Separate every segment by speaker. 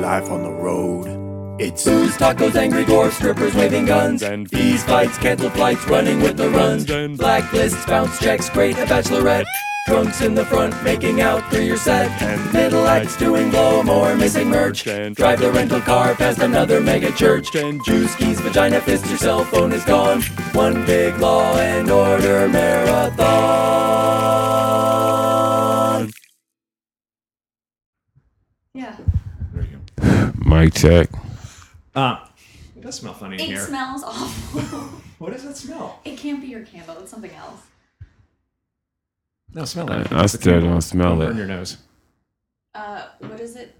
Speaker 1: life on the road. It's
Speaker 2: Booze, tacos, angry dwarfs, strippers waving guns,
Speaker 3: And
Speaker 2: fees, fights, canceled flights, running with the runs,
Speaker 3: And-
Speaker 2: blacklists, bounce checks, great a bachelorette, drunks in the front making out through your set,
Speaker 3: And-
Speaker 2: middle acts doing blow more, missing merch,
Speaker 3: And-
Speaker 2: drive the rental car past another mega church,
Speaker 3: And-
Speaker 2: juice keys, vagina fist, your cell phone is gone, one big law and order marathon.
Speaker 4: Yeah.
Speaker 5: Mic check.
Speaker 6: Uh, it does smell funny in
Speaker 4: It
Speaker 6: here.
Speaker 4: smells awful.
Speaker 6: what does that smell?
Speaker 4: it can't be your candle. It's something else.
Speaker 6: No, smell
Speaker 5: I,
Speaker 6: it.
Speaker 5: I still don't smell
Speaker 6: Burn
Speaker 5: it.
Speaker 6: your nose.
Speaker 4: Uh, what is it?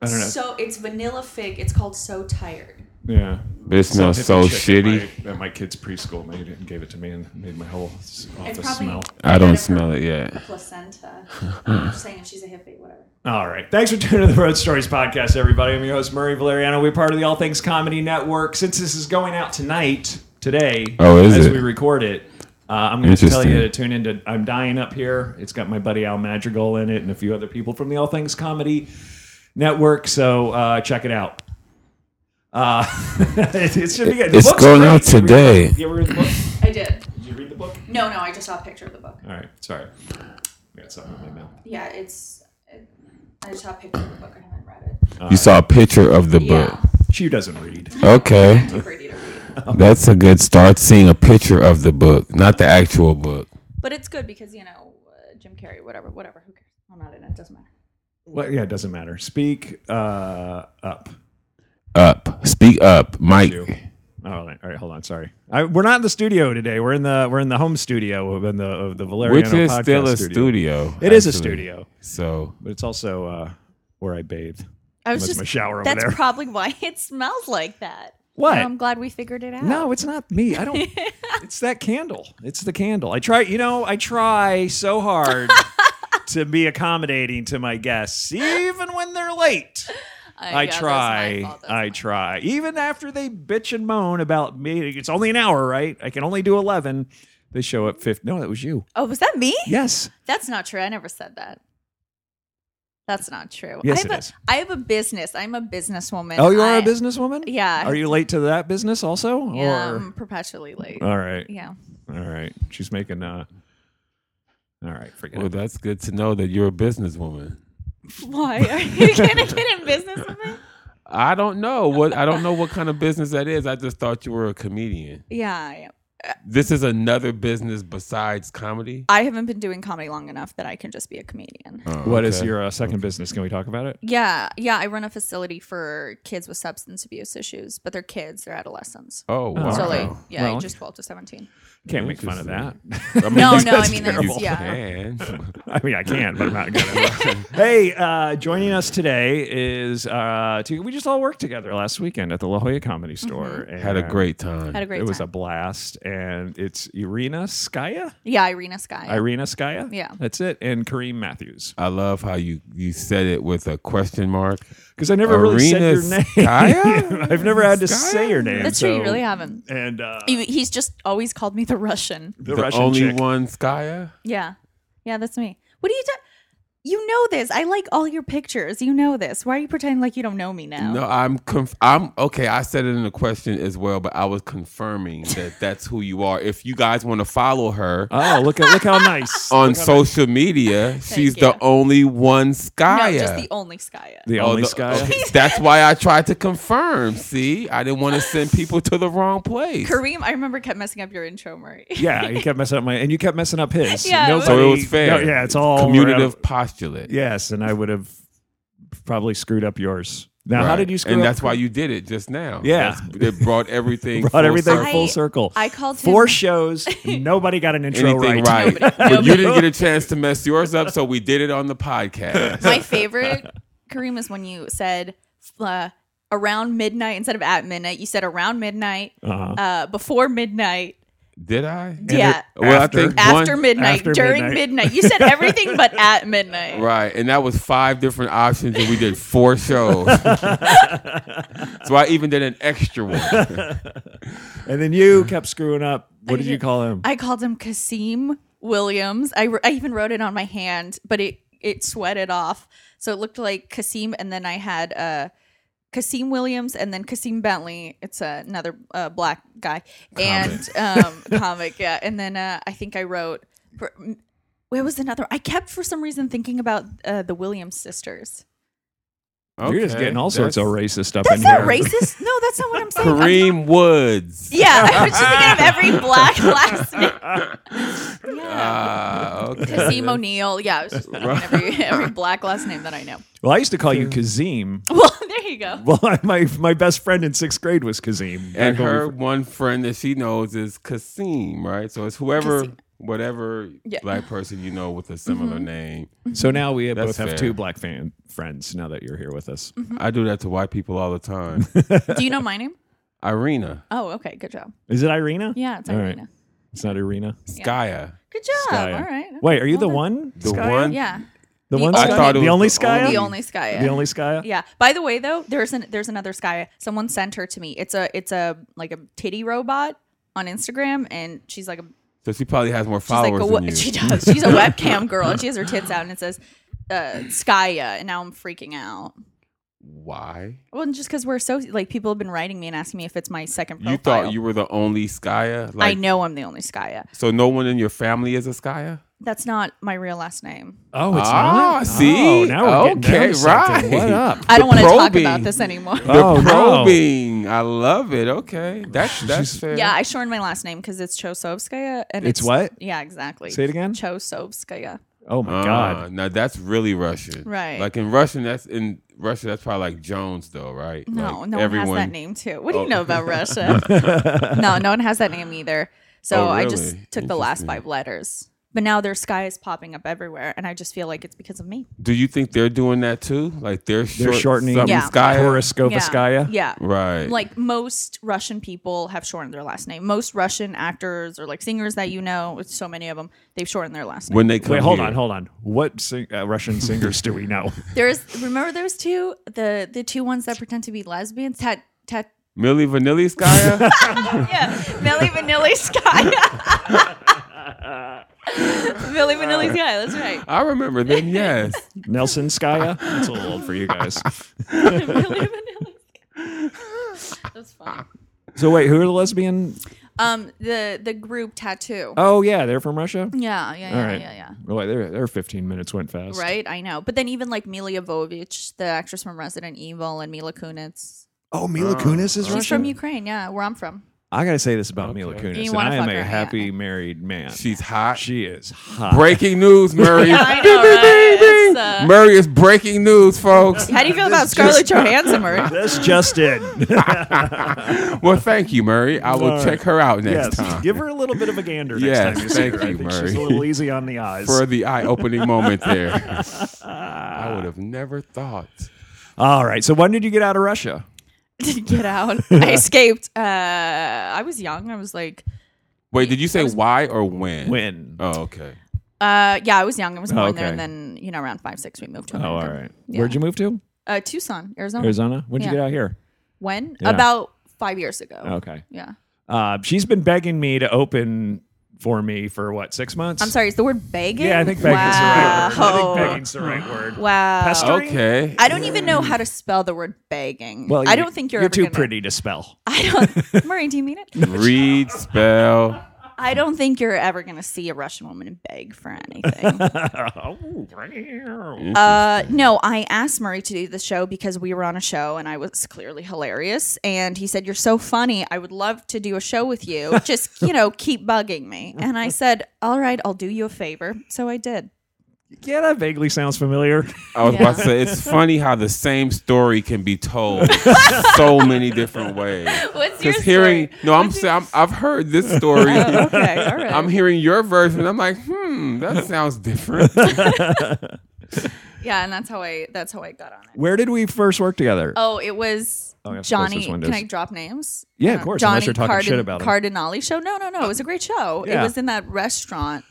Speaker 6: I don't know.
Speaker 4: So it's vanilla fig. It's called So Tired.
Speaker 6: yeah.
Speaker 5: It smells so
Speaker 6: Scientific
Speaker 5: shitty.
Speaker 6: chick At my, at my kid's preschool made it and gave it to me and made my whole s-
Speaker 4: It's
Speaker 6: office
Speaker 4: probably.
Speaker 6: smell.
Speaker 5: I don't
Speaker 4: Jennifer
Speaker 5: smell it yet.
Speaker 4: Placenta. I'm just saying if she's a hippie, whatever.
Speaker 6: All right. Thanks for tuning in to the Road Stories podcast, everybody. I'm your host, Murray Valeriano. We're part of the All Things Comedy Network. Since this is going out tonight, today,
Speaker 5: Oh, is
Speaker 6: as
Speaker 5: it?
Speaker 6: we record it, uh, I'm going to tell
Speaker 5: Interesting.
Speaker 6: you to tune into I'm Dying Up Here. It's got my buddy Al Madrigal in it and a few other people from the All Things Comedy Network. So uh, check it out. Uh, it, it should be good. The
Speaker 5: It's
Speaker 6: book's
Speaker 5: going
Speaker 6: great.
Speaker 5: out
Speaker 6: Did you read-
Speaker 5: today.
Speaker 6: Did you read the book?
Speaker 4: I did.
Speaker 6: Did you read the book?
Speaker 4: No, no, I just saw a picture of the book.
Speaker 6: All right. Sorry. I got something in my mouth.
Speaker 4: Yeah, it's. It, I just saw a picture of the book. I haven't read it.
Speaker 5: You saw a picture of the book.
Speaker 4: Yeah.
Speaker 6: She doesn't read.
Speaker 5: Okay.
Speaker 4: Too pretty to read.
Speaker 5: That's a good start. Seeing a picture of the book, not the actual book.
Speaker 4: But it's good because, you know, uh, Jim Carrey, whatever, whatever. Who cares? I'm not in it. Doesn't matter.
Speaker 6: Well, yeah, it doesn't matter. Speak uh, up.
Speaker 5: Up. Speak up, Mike.
Speaker 6: Oh, all right, all right, hold on. Sorry, I, we're not in the studio today. We're in the we're in the home studio of in the of the Valeriano
Speaker 5: Which is
Speaker 6: podcast
Speaker 5: still a studio.
Speaker 6: It is a
Speaker 5: actually.
Speaker 6: studio,
Speaker 5: So
Speaker 6: but it's also uh, where I bathe.
Speaker 4: I
Speaker 6: That's my shower over
Speaker 4: That's
Speaker 6: there.
Speaker 4: probably why it smells like that.
Speaker 6: What?
Speaker 4: I'm glad we figured it out.
Speaker 6: No, it's not me. I don't. it's that candle. It's the candle. I try. You know, I try so hard to be accommodating to my guests, even when they're late. I try. I try. Even after they bitch and moan about me, it's only an hour, right? I can only do 11. They show up 50. No, that was you.
Speaker 4: Oh, was that me?
Speaker 6: Yes.
Speaker 4: That's not true. I never said that. That's not true.
Speaker 6: Yes,
Speaker 4: I have
Speaker 6: it
Speaker 4: a,
Speaker 6: is.
Speaker 4: I have a business. I'm a businesswoman.
Speaker 6: Oh, you are
Speaker 4: a
Speaker 6: a businesswoman?
Speaker 4: yeah.
Speaker 6: Are you late to that business also?
Speaker 4: Yeah,
Speaker 6: Or- Uh,
Speaker 4: I'm perpetually late.
Speaker 6: All right.
Speaker 4: yeah.
Speaker 6: All right. She's making, uh, all right. Forget
Speaker 5: well
Speaker 6: it.
Speaker 5: that's good to know that you're a businesswoman.
Speaker 4: Why are you gonna get in business with me?
Speaker 5: I don't know what I don't know what kind of business that is. I just thought you were a comedian.
Speaker 4: Yeah, I am.
Speaker 5: This is another business besides comedy.
Speaker 4: I haven't been doing comedy long enough that I can just be a comedian.
Speaker 6: What is your uh, second business? Can we talk about it?
Speaker 4: Yeah, yeah. I run a facility for kids with substance abuse issues, but they're kids; they're adolescents.
Speaker 5: Oh, wow.
Speaker 4: So like, yeah,
Speaker 6: Well-
Speaker 4: just twelve to seventeen.
Speaker 6: Can't make fun of that.
Speaker 5: I mean,
Speaker 4: No,
Speaker 5: you
Speaker 4: no, I
Speaker 6: That's
Speaker 4: mean
Speaker 6: terrible.
Speaker 4: that's yeah.
Speaker 5: can.
Speaker 6: I mean, I can, but I'm not gonna. hey, uh, joining us today is uh, two, we just all worked together last weekend at the La Jolla Comedy
Speaker 4: Mm-hmm.
Speaker 6: Store. and uh,
Speaker 5: Had a great time.
Speaker 4: Had a great
Speaker 6: it was a
Speaker 4: time.
Speaker 6: blast, and it's Irina Skaya,
Speaker 4: yeah, Irina Sky.
Speaker 6: Irina Skaya,
Speaker 4: Yeah.
Speaker 6: that's it, and Kareem Matthews.
Speaker 5: I love how you you said it with a question mark.
Speaker 6: Because I never really said your
Speaker 5: Irina
Speaker 6: name.
Speaker 5: Skaya?
Speaker 6: I've never had to
Speaker 5: Skaya?
Speaker 6: say your name.
Speaker 4: that's true.
Speaker 6: so-
Speaker 4: You really haven't.
Speaker 6: And uh,
Speaker 4: You- He's just always called me the Russian.
Speaker 6: the,
Speaker 5: The,
Speaker 6: Russian
Speaker 5: only
Speaker 6: chick.
Speaker 5: one, Skaya.
Speaker 4: Yeah, yeah, that's me. What do you do? You know this. I like all your pictures. You know this. Why are you pretending like you don't know me now?
Speaker 5: No, I'm conf- I'm okay. I said it in the question as well, but I was confirming that that's who you are. If you guys want to follow her
Speaker 6: Oh, look at look how nice
Speaker 5: on
Speaker 6: Look how
Speaker 5: social media, she's
Speaker 4: you.
Speaker 5: the only one
Speaker 4: No,
Speaker 5: Skaya.
Speaker 4: just the only Skya.
Speaker 6: nice. the
Speaker 5: Oh,
Speaker 6: only
Speaker 5: the-
Speaker 6: Skaya.
Speaker 5: okay, That's why I tried to confirm. See, I didn't want to send people to the wrong place.
Speaker 4: Kareem, I remember kept messing up your intro, Murray.
Speaker 6: Yeah, you kept messing up my, and you kept messing up his.
Speaker 4: Yeah, it was-
Speaker 5: So it
Speaker 6: Nobody-
Speaker 5: was fair.
Speaker 6: no, yeah, it's all
Speaker 5: commutative postulate.
Speaker 6: Yes, and I would have probably screwed up yours. Now, how
Speaker 5: Right.
Speaker 6: did you screw
Speaker 5: And
Speaker 6: up?
Speaker 5: that's why you did it just now.
Speaker 6: Yeah.
Speaker 5: That's- it brought everything.
Speaker 6: brought
Speaker 5: full
Speaker 6: everything
Speaker 5: circle.
Speaker 6: full circle.
Speaker 4: I called him.
Speaker 6: Four shows, nobody got an intro
Speaker 5: anything
Speaker 6: right.
Speaker 5: right,
Speaker 4: Nobody-
Speaker 5: but
Speaker 4: nobody.
Speaker 5: you didn't get a chance to mess yours up, so we did it on the podcast.
Speaker 4: My favorite, Kareem, is when you said uh, around midnight instead of at midnight. You said around midnight,
Speaker 6: Uh-huh.
Speaker 4: uh, before midnight.
Speaker 5: Did I?
Speaker 4: yeah.
Speaker 5: Well,
Speaker 6: After-
Speaker 5: I think
Speaker 4: after
Speaker 5: one,
Speaker 4: midnight,
Speaker 6: after
Speaker 4: during midnight.
Speaker 6: midnight.
Speaker 4: You said everything but at midnight.
Speaker 5: Right, and that was five different options, and we did four shows. so I even did an extra one.
Speaker 6: And then you kept screwing up. What did you call him?
Speaker 4: I called him Kasim Williams. I, wr- I even wrote it on my hand, but it it sweated off, so it looked like Kasim. And then I had uh, Kasim Williams and then Kasim Bentley. It's uh, another uh, black guy and um, comic. Yeah, and then uh, I think I wrote. For, m- where was another? I kept for some reason thinking about uh, the Williams sisters.
Speaker 6: You're just
Speaker 5: Okay,
Speaker 6: getting all sorts of
Speaker 5: that's-
Speaker 6: racist stuff
Speaker 4: That's
Speaker 6: in here.
Speaker 4: not racist. No, that's not what I'm saying. I'm
Speaker 5: Kareem Woods.
Speaker 4: Yeah, I was just thinking of every black last name. Yeah.
Speaker 5: Ah, okay.
Speaker 4: Kasim O'Neill. Yeah, I was just thinking of every, every black last name that I know.
Speaker 6: Well, I used to call you Kazim.
Speaker 4: Well, there you go.
Speaker 6: Well, my my best friend in sixth grade was Kazim.
Speaker 5: And
Speaker 6: Back when we
Speaker 5: her
Speaker 6: fir-
Speaker 5: one friend that she knows is Kasim, right? So it's whoever, whatever
Speaker 4: Yeah.
Speaker 5: black person you know with a similar
Speaker 6: Mm-hmm.
Speaker 5: name.
Speaker 6: So now we both have
Speaker 5: fair. Mm-hmm.
Speaker 6: two black fan friends. Now that you're here with us,
Speaker 5: I do that to white people all the time.
Speaker 4: Do you know my name?
Speaker 5: Irina,
Speaker 4: Oh, okay. Good job.
Speaker 6: is it Irina?
Speaker 4: Yeah, it's
Speaker 6: All right.
Speaker 4: Irina.
Speaker 6: It's not Irina.
Speaker 5: Skaya.
Speaker 4: Good job.
Speaker 6: Skaya.
Speaker 4: All right.
Speaker 6: Wait, are you the
Speaker 4: Well
Speaker 6: one?
Speaker 5: The
Speaker 6: Skaya?
Speaker 5: one?
Speaker 4: done. Yeah.
Speaker 6: The,
Speaker 4: The
Speaker 6: one.
Speaker 4: only-
Speaker 6: Skaya?
Speaker 4: I thought it
Speaker 6: the
Speaker 5: was
Speaker 6: only
Speaker 5: the
Speaker 6: Skaya.
Speaker 4: The
Speaker 5: only-
Speaker 4: only Skaya.
Speaker 6: The only Skaya.
Speaker 4: yeah. By the way, though, there's an there's another Skaya. Someone sent her to me. It's a it's a like a titty robot on Instagram, and she's like a
Speaker 5: So she probably has more
Speaker 4: she's like
Speaker 5: followers
Speaker 4: a
Speaker 5: than
Speaker 4: we-
Speaker 5: you.
Speaker 4: she does. She's a webcam girl, and she has her tits out, and it says uh, Skaya, and now I'm freaking out.
Speaker 5: Why?
Speaker 4: Well, just because we're so like people have been writing me and asking me if it's my second profile.
Speaker 5: You thought you were the only Skaya? Like,
Speaker 4: I know I'm the only Skaya.
Speaker 5: So no one in your family is a Skaya?
Speaker 4: That's not my real last name.
Speaker 6: Oh, it's
Speaker 5: Ah,
Speaker 6: not.
Speaker 5: see?
Speaker 6: Oh, now we're getting down
Speaker 5: Okay,
Speaker 6: to something.
Speaker 5: right.
Speaker 6: What up?
Speaker 4: I don't want to talk
Speaker 5: probing.
Speaker 4: about this anymore.
Speaker 5: The
Speaker 6: Oh, no.
Speaker 5: probing. I love it. Okay. That's that's fair.
Speaker 4: Yeah, I shortened my last name because it's Chosovskaya, and
Speaker 6: It's what?
Speaker 4: Yeah, exactly.
Speaker 6: Say it again?
Speaker 4: Chosovskaya.
Speaker 6: Oh my
Speaker 5: Uh,
Speaker 6: god.
Speaker 5: Now that's really Russian.
Speaker 4: Right.
Speaker 5: Like in Russian, that's in Russia, that's probably like Jones though, right?
Speaker 4: No,
Speaker 5: Like,
Speaker 4: no one has that name too. What do
Speaker 5: Oh.
Speaker 4: you know about Russia? no, no one has that name either. So
Speaker 5: Oh,
Speaker 4: I just
Speaker 5: really?
Speaker 4: took the last
Speaker 5: Interesting.
Speaker 4: five letters. But now their sky is popping up everywhere, and I just feel like it's because of me.
Speaker 5: Do you think they're doing that too? Like they're,
Speaker 6: They're
Speaker 5: short,
Speaker 6: shortening
Speaker 5: something
Speaker 4: Yeah.
Speaker 5: Skaya?
Speaker 6: Horoskopskaya.
Speaker 4: Yeah.
Speaker 5: Right.
Speaker 4: Like most Russian people have shortened their last name. Most Russian actors or like singers that you know, it's so many of them, they've shortened their last name.
Speaker 5: when they come
Speaker 6: Wait, hold
Speaker 5: here.
Speaker 6: on, hold on. What sing- uh, Russian singers do we know?
Speaker 4: There's remember those two the the two ones that pretend to be lesbians tat tat
Speaker 5: Millie Vanilli Skaya?
Speaker 4: yeah Millie Vanilli Sky Millie Vanilli Sky that's right
Speaker 5: I remember them, yes.
Speaker 6: Nelson Skaya. That's a little old for you guys.
Speaker 4: Milli Vanilli Sky. that's funny
Speaker 6: So wait, who are the lesbian?
Speaker 4: um the the group tattoo
Speaker 6: Oh yeah, they're from Russia.
Speaker 4: yeah yeah
Speaker 6: All
Speaker 4: yeah
Speaker 6: right.
Speaker 4: yeah yeah
Speaker 6: Oh, wait, their their fifteen minutes went fast.
Speaker 4: right I know but then even like Mila Jovovich the actress from Resident Evil and Mila Kunis
Speaker 6: Oh, Mila Kunis is
Speaker 4: she's from Ukraine yeah where I'm from
Speaker 6: I gotta say this about Mila Kunis,
Speaker 4: You
Speaker 6: and
Speaker 4: wanna
Speaker 6: I am
Speaker 4: fuck
Speaker 6: a
Speaker 4: her,
Speaker 6: happy
Speaker 4: yeah.
Speaker 6: married man.
Speaker 5: She's hot.
Speaker 6: she is hot.
Speaker 5: breaking news, Murray.
Speaker 4: I know right It's, uh,
Speaker 5: Murray is breaking news, folks.
Speaker 4: how do you feel about Scarlett Johansson Marie?
Speaker 6: That's just it.
Speaker 5: Well, thank you, Murray. I will
Speaker 6: All right.
Speaker 5: check her out next
Speaker 6: yes,
Speaker 5: time.
Speaker 6: give her a little bit of a gander next
Speaker 5: Yes,
Speaker 6: time you see
Speaker 5: thank
Speaker 6: her. I
Speaker 5: you,
Speaker 6: think she's
Speaker 5: Murray.
Speaker 6: a little easy on the eyes.
Speaker 5: for the eye-opening moment there. I would have never thought.
Speaker 6: All right. So when did you get out of Russia?
Speaker 4: didn't get out. I escaped. Uh, I was young. I was like,
Speaker 5: Wait, did you say why or when?
Speaker 6: When?
Speaker 5: Oh, okay.
Speaker 4: uh, yeah, I was young. I was born there,
Speaker 6: Oh, Okay.
Speaker 4: and then you know, around five, six, we moved to
Speaker 6: Oh, all
Speaker 4: America.
Speaker 6: right.
Speaker 4: Yeah.
Speaker 6: Where'd you move to?
Speaker 4: Uh, Tucson, Arizona.
Speaker 6: Arizona. When'd you
Speaker 4: Yeah. Oh.
Speaker 6: get out here?
Speaker 4: When?
Speaker 6: Yeah.
Speaker 4: About five years ago.
Speaker 6: Okay.
Speaker 4: Yeah.
Speaker 6: Uh, she's been begging me to open for me for what six months.
Speaker 4: I'm sorry. Is the word begging?
Speaker 6: Yeah, I think begging's
Speaker 4: wow.
Speaker 6: the right word. I think begging's the right word.
Speaker 4: Wow.
Speaker 6: Pester?
Speaker 5: Okay.
Speaker 4: I don't even know how to spell the word begging.
Speaker 6: Well,
Speaker 4: I
Speaker 6: you-
Speaker 4: don't think you're,
Speaker 6: you're
Speaker 4: ever
Speaker 6: too
Speaker 4: gonna-
Speaker 6: pretty to spell.
Speaker 4: I don't. Murray, do you mean it?
Speaker 5: Read, spell.
Speaker 4: I don't think you're ever going to see a Russian woman beg for anything.
Speaker 6: Oh,
Speaker 4: Uh, no, I asked Murray to do the show because we were on a show and I was clearly hilarious. And he said, You're so funny. I would love to do a show with you. Just, you know, keep bugging me. And I said, All right, I'll do you a favor. So I did.
Speaker 6: yeah, that vaguely sounds familiar.
Speaker 5: I was about to say it's funny how the same story can be told so many different ways.
Speaker 4: What's
Speaker 5: Because hearing no, I'm saying I've heard this story.
Speaker 4: Oh, okay, all right.
Speaker 5: I'm hearing your version. I'm like, hmm, that sounds different.
Speaker 4: yeah, and that's how I that's how I got on it.
Speaker 6: Where did we first work together?
Speaker 4: Oh, it was
Speaker 6: Oh, I have to close
Speaker 4: Johnny.
Speaker 6: this window.
Speaker 4: Can I drop names?
Speaker 6: Yeah, of
Speaker 4: Uh,
Speaker 6: course,
Speaker 4: Johnny
Speaker 6: unless you're talking shit about him.
Speaker 4: Cardinale show. No, no, no. It was a great show.
Speaker 6: Yeah.
Speaker 4: It was in that restaurant,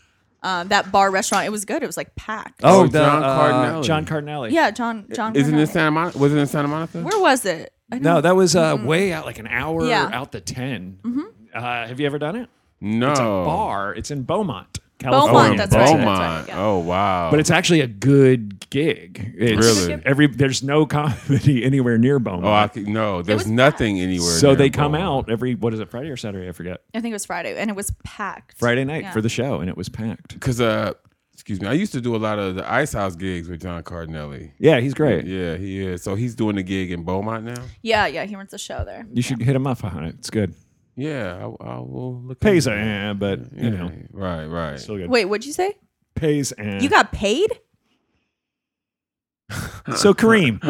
Speaker 4: um, that bar restaurant. It was good. It was like packed.
Speaker 5: Oh, John Cardinale.
Speaker 6: uh, John Cardinale.
Speaker 4: Yeah, John. John.
Speaker 5: Isn't
Speaker 4: Cardinale.
Speaker 5: it Santa Monica? Was it in Santa Monica?
Speaker 4: Where was it? I don't-
Speaker 6: No, that was uh, way out, like an hour
Speaker 4: Yeah. Mm-hmm.
Speaker 6: out the 10 Uh, have you ever done it?
Speaker 5: No. Oh,
Speaker 6: Bar. It's in Beaumont. California.
Speaker 4: Beaumont, that's right,
Speaker 5: Beaumont.
Speaker 4: right, yeah.
Speaker 5: Oh. Oh wow.
Speaker 6: But it's actually a good gig. It's
Speaker 5: Really?
Speaker 6: Every there's no comedy anywhere near Beaumont.
Speaker 5: oh, I could, no. There's nothing anywhere.
Speaker 6: so
Speaker 5: near
Speaker 6: they come
Speaker 5: Beaumont.
Speaker 6: out every what is it Friday or Saturday? I forget.
Speaker 4: I think it was Friday, and it was packed.
Speaker 6: Friday night
Speaker 4: Yeah.
Speaker 6: for the show, and it was packed.
Speaker 5: Cause uh, excuse me. I used to do a lot of the Ice House gigs with John Cardinelli.
Speaker 6: Yeah, he's great.
Speaker 5: Yeah, he is. So he's doing a gig in Beaumont now.
Speaker 4: Yeah, yeah, he runs a show there.
Speaker 6: You should hit him up on it. It's good.
Speaker 5: Yeah, I, I will look.
Speaker 6: Pays a
Speaker 5: into it.
Speaker 6: eh, but you know
Speaker 5: Right, right.
Speaker 6: still good.
Speaker 4: Wait, what'd you say?
Speaker 6: Pays eh.
Speaker 4: You got paid?
Speaker 6: so Kareem.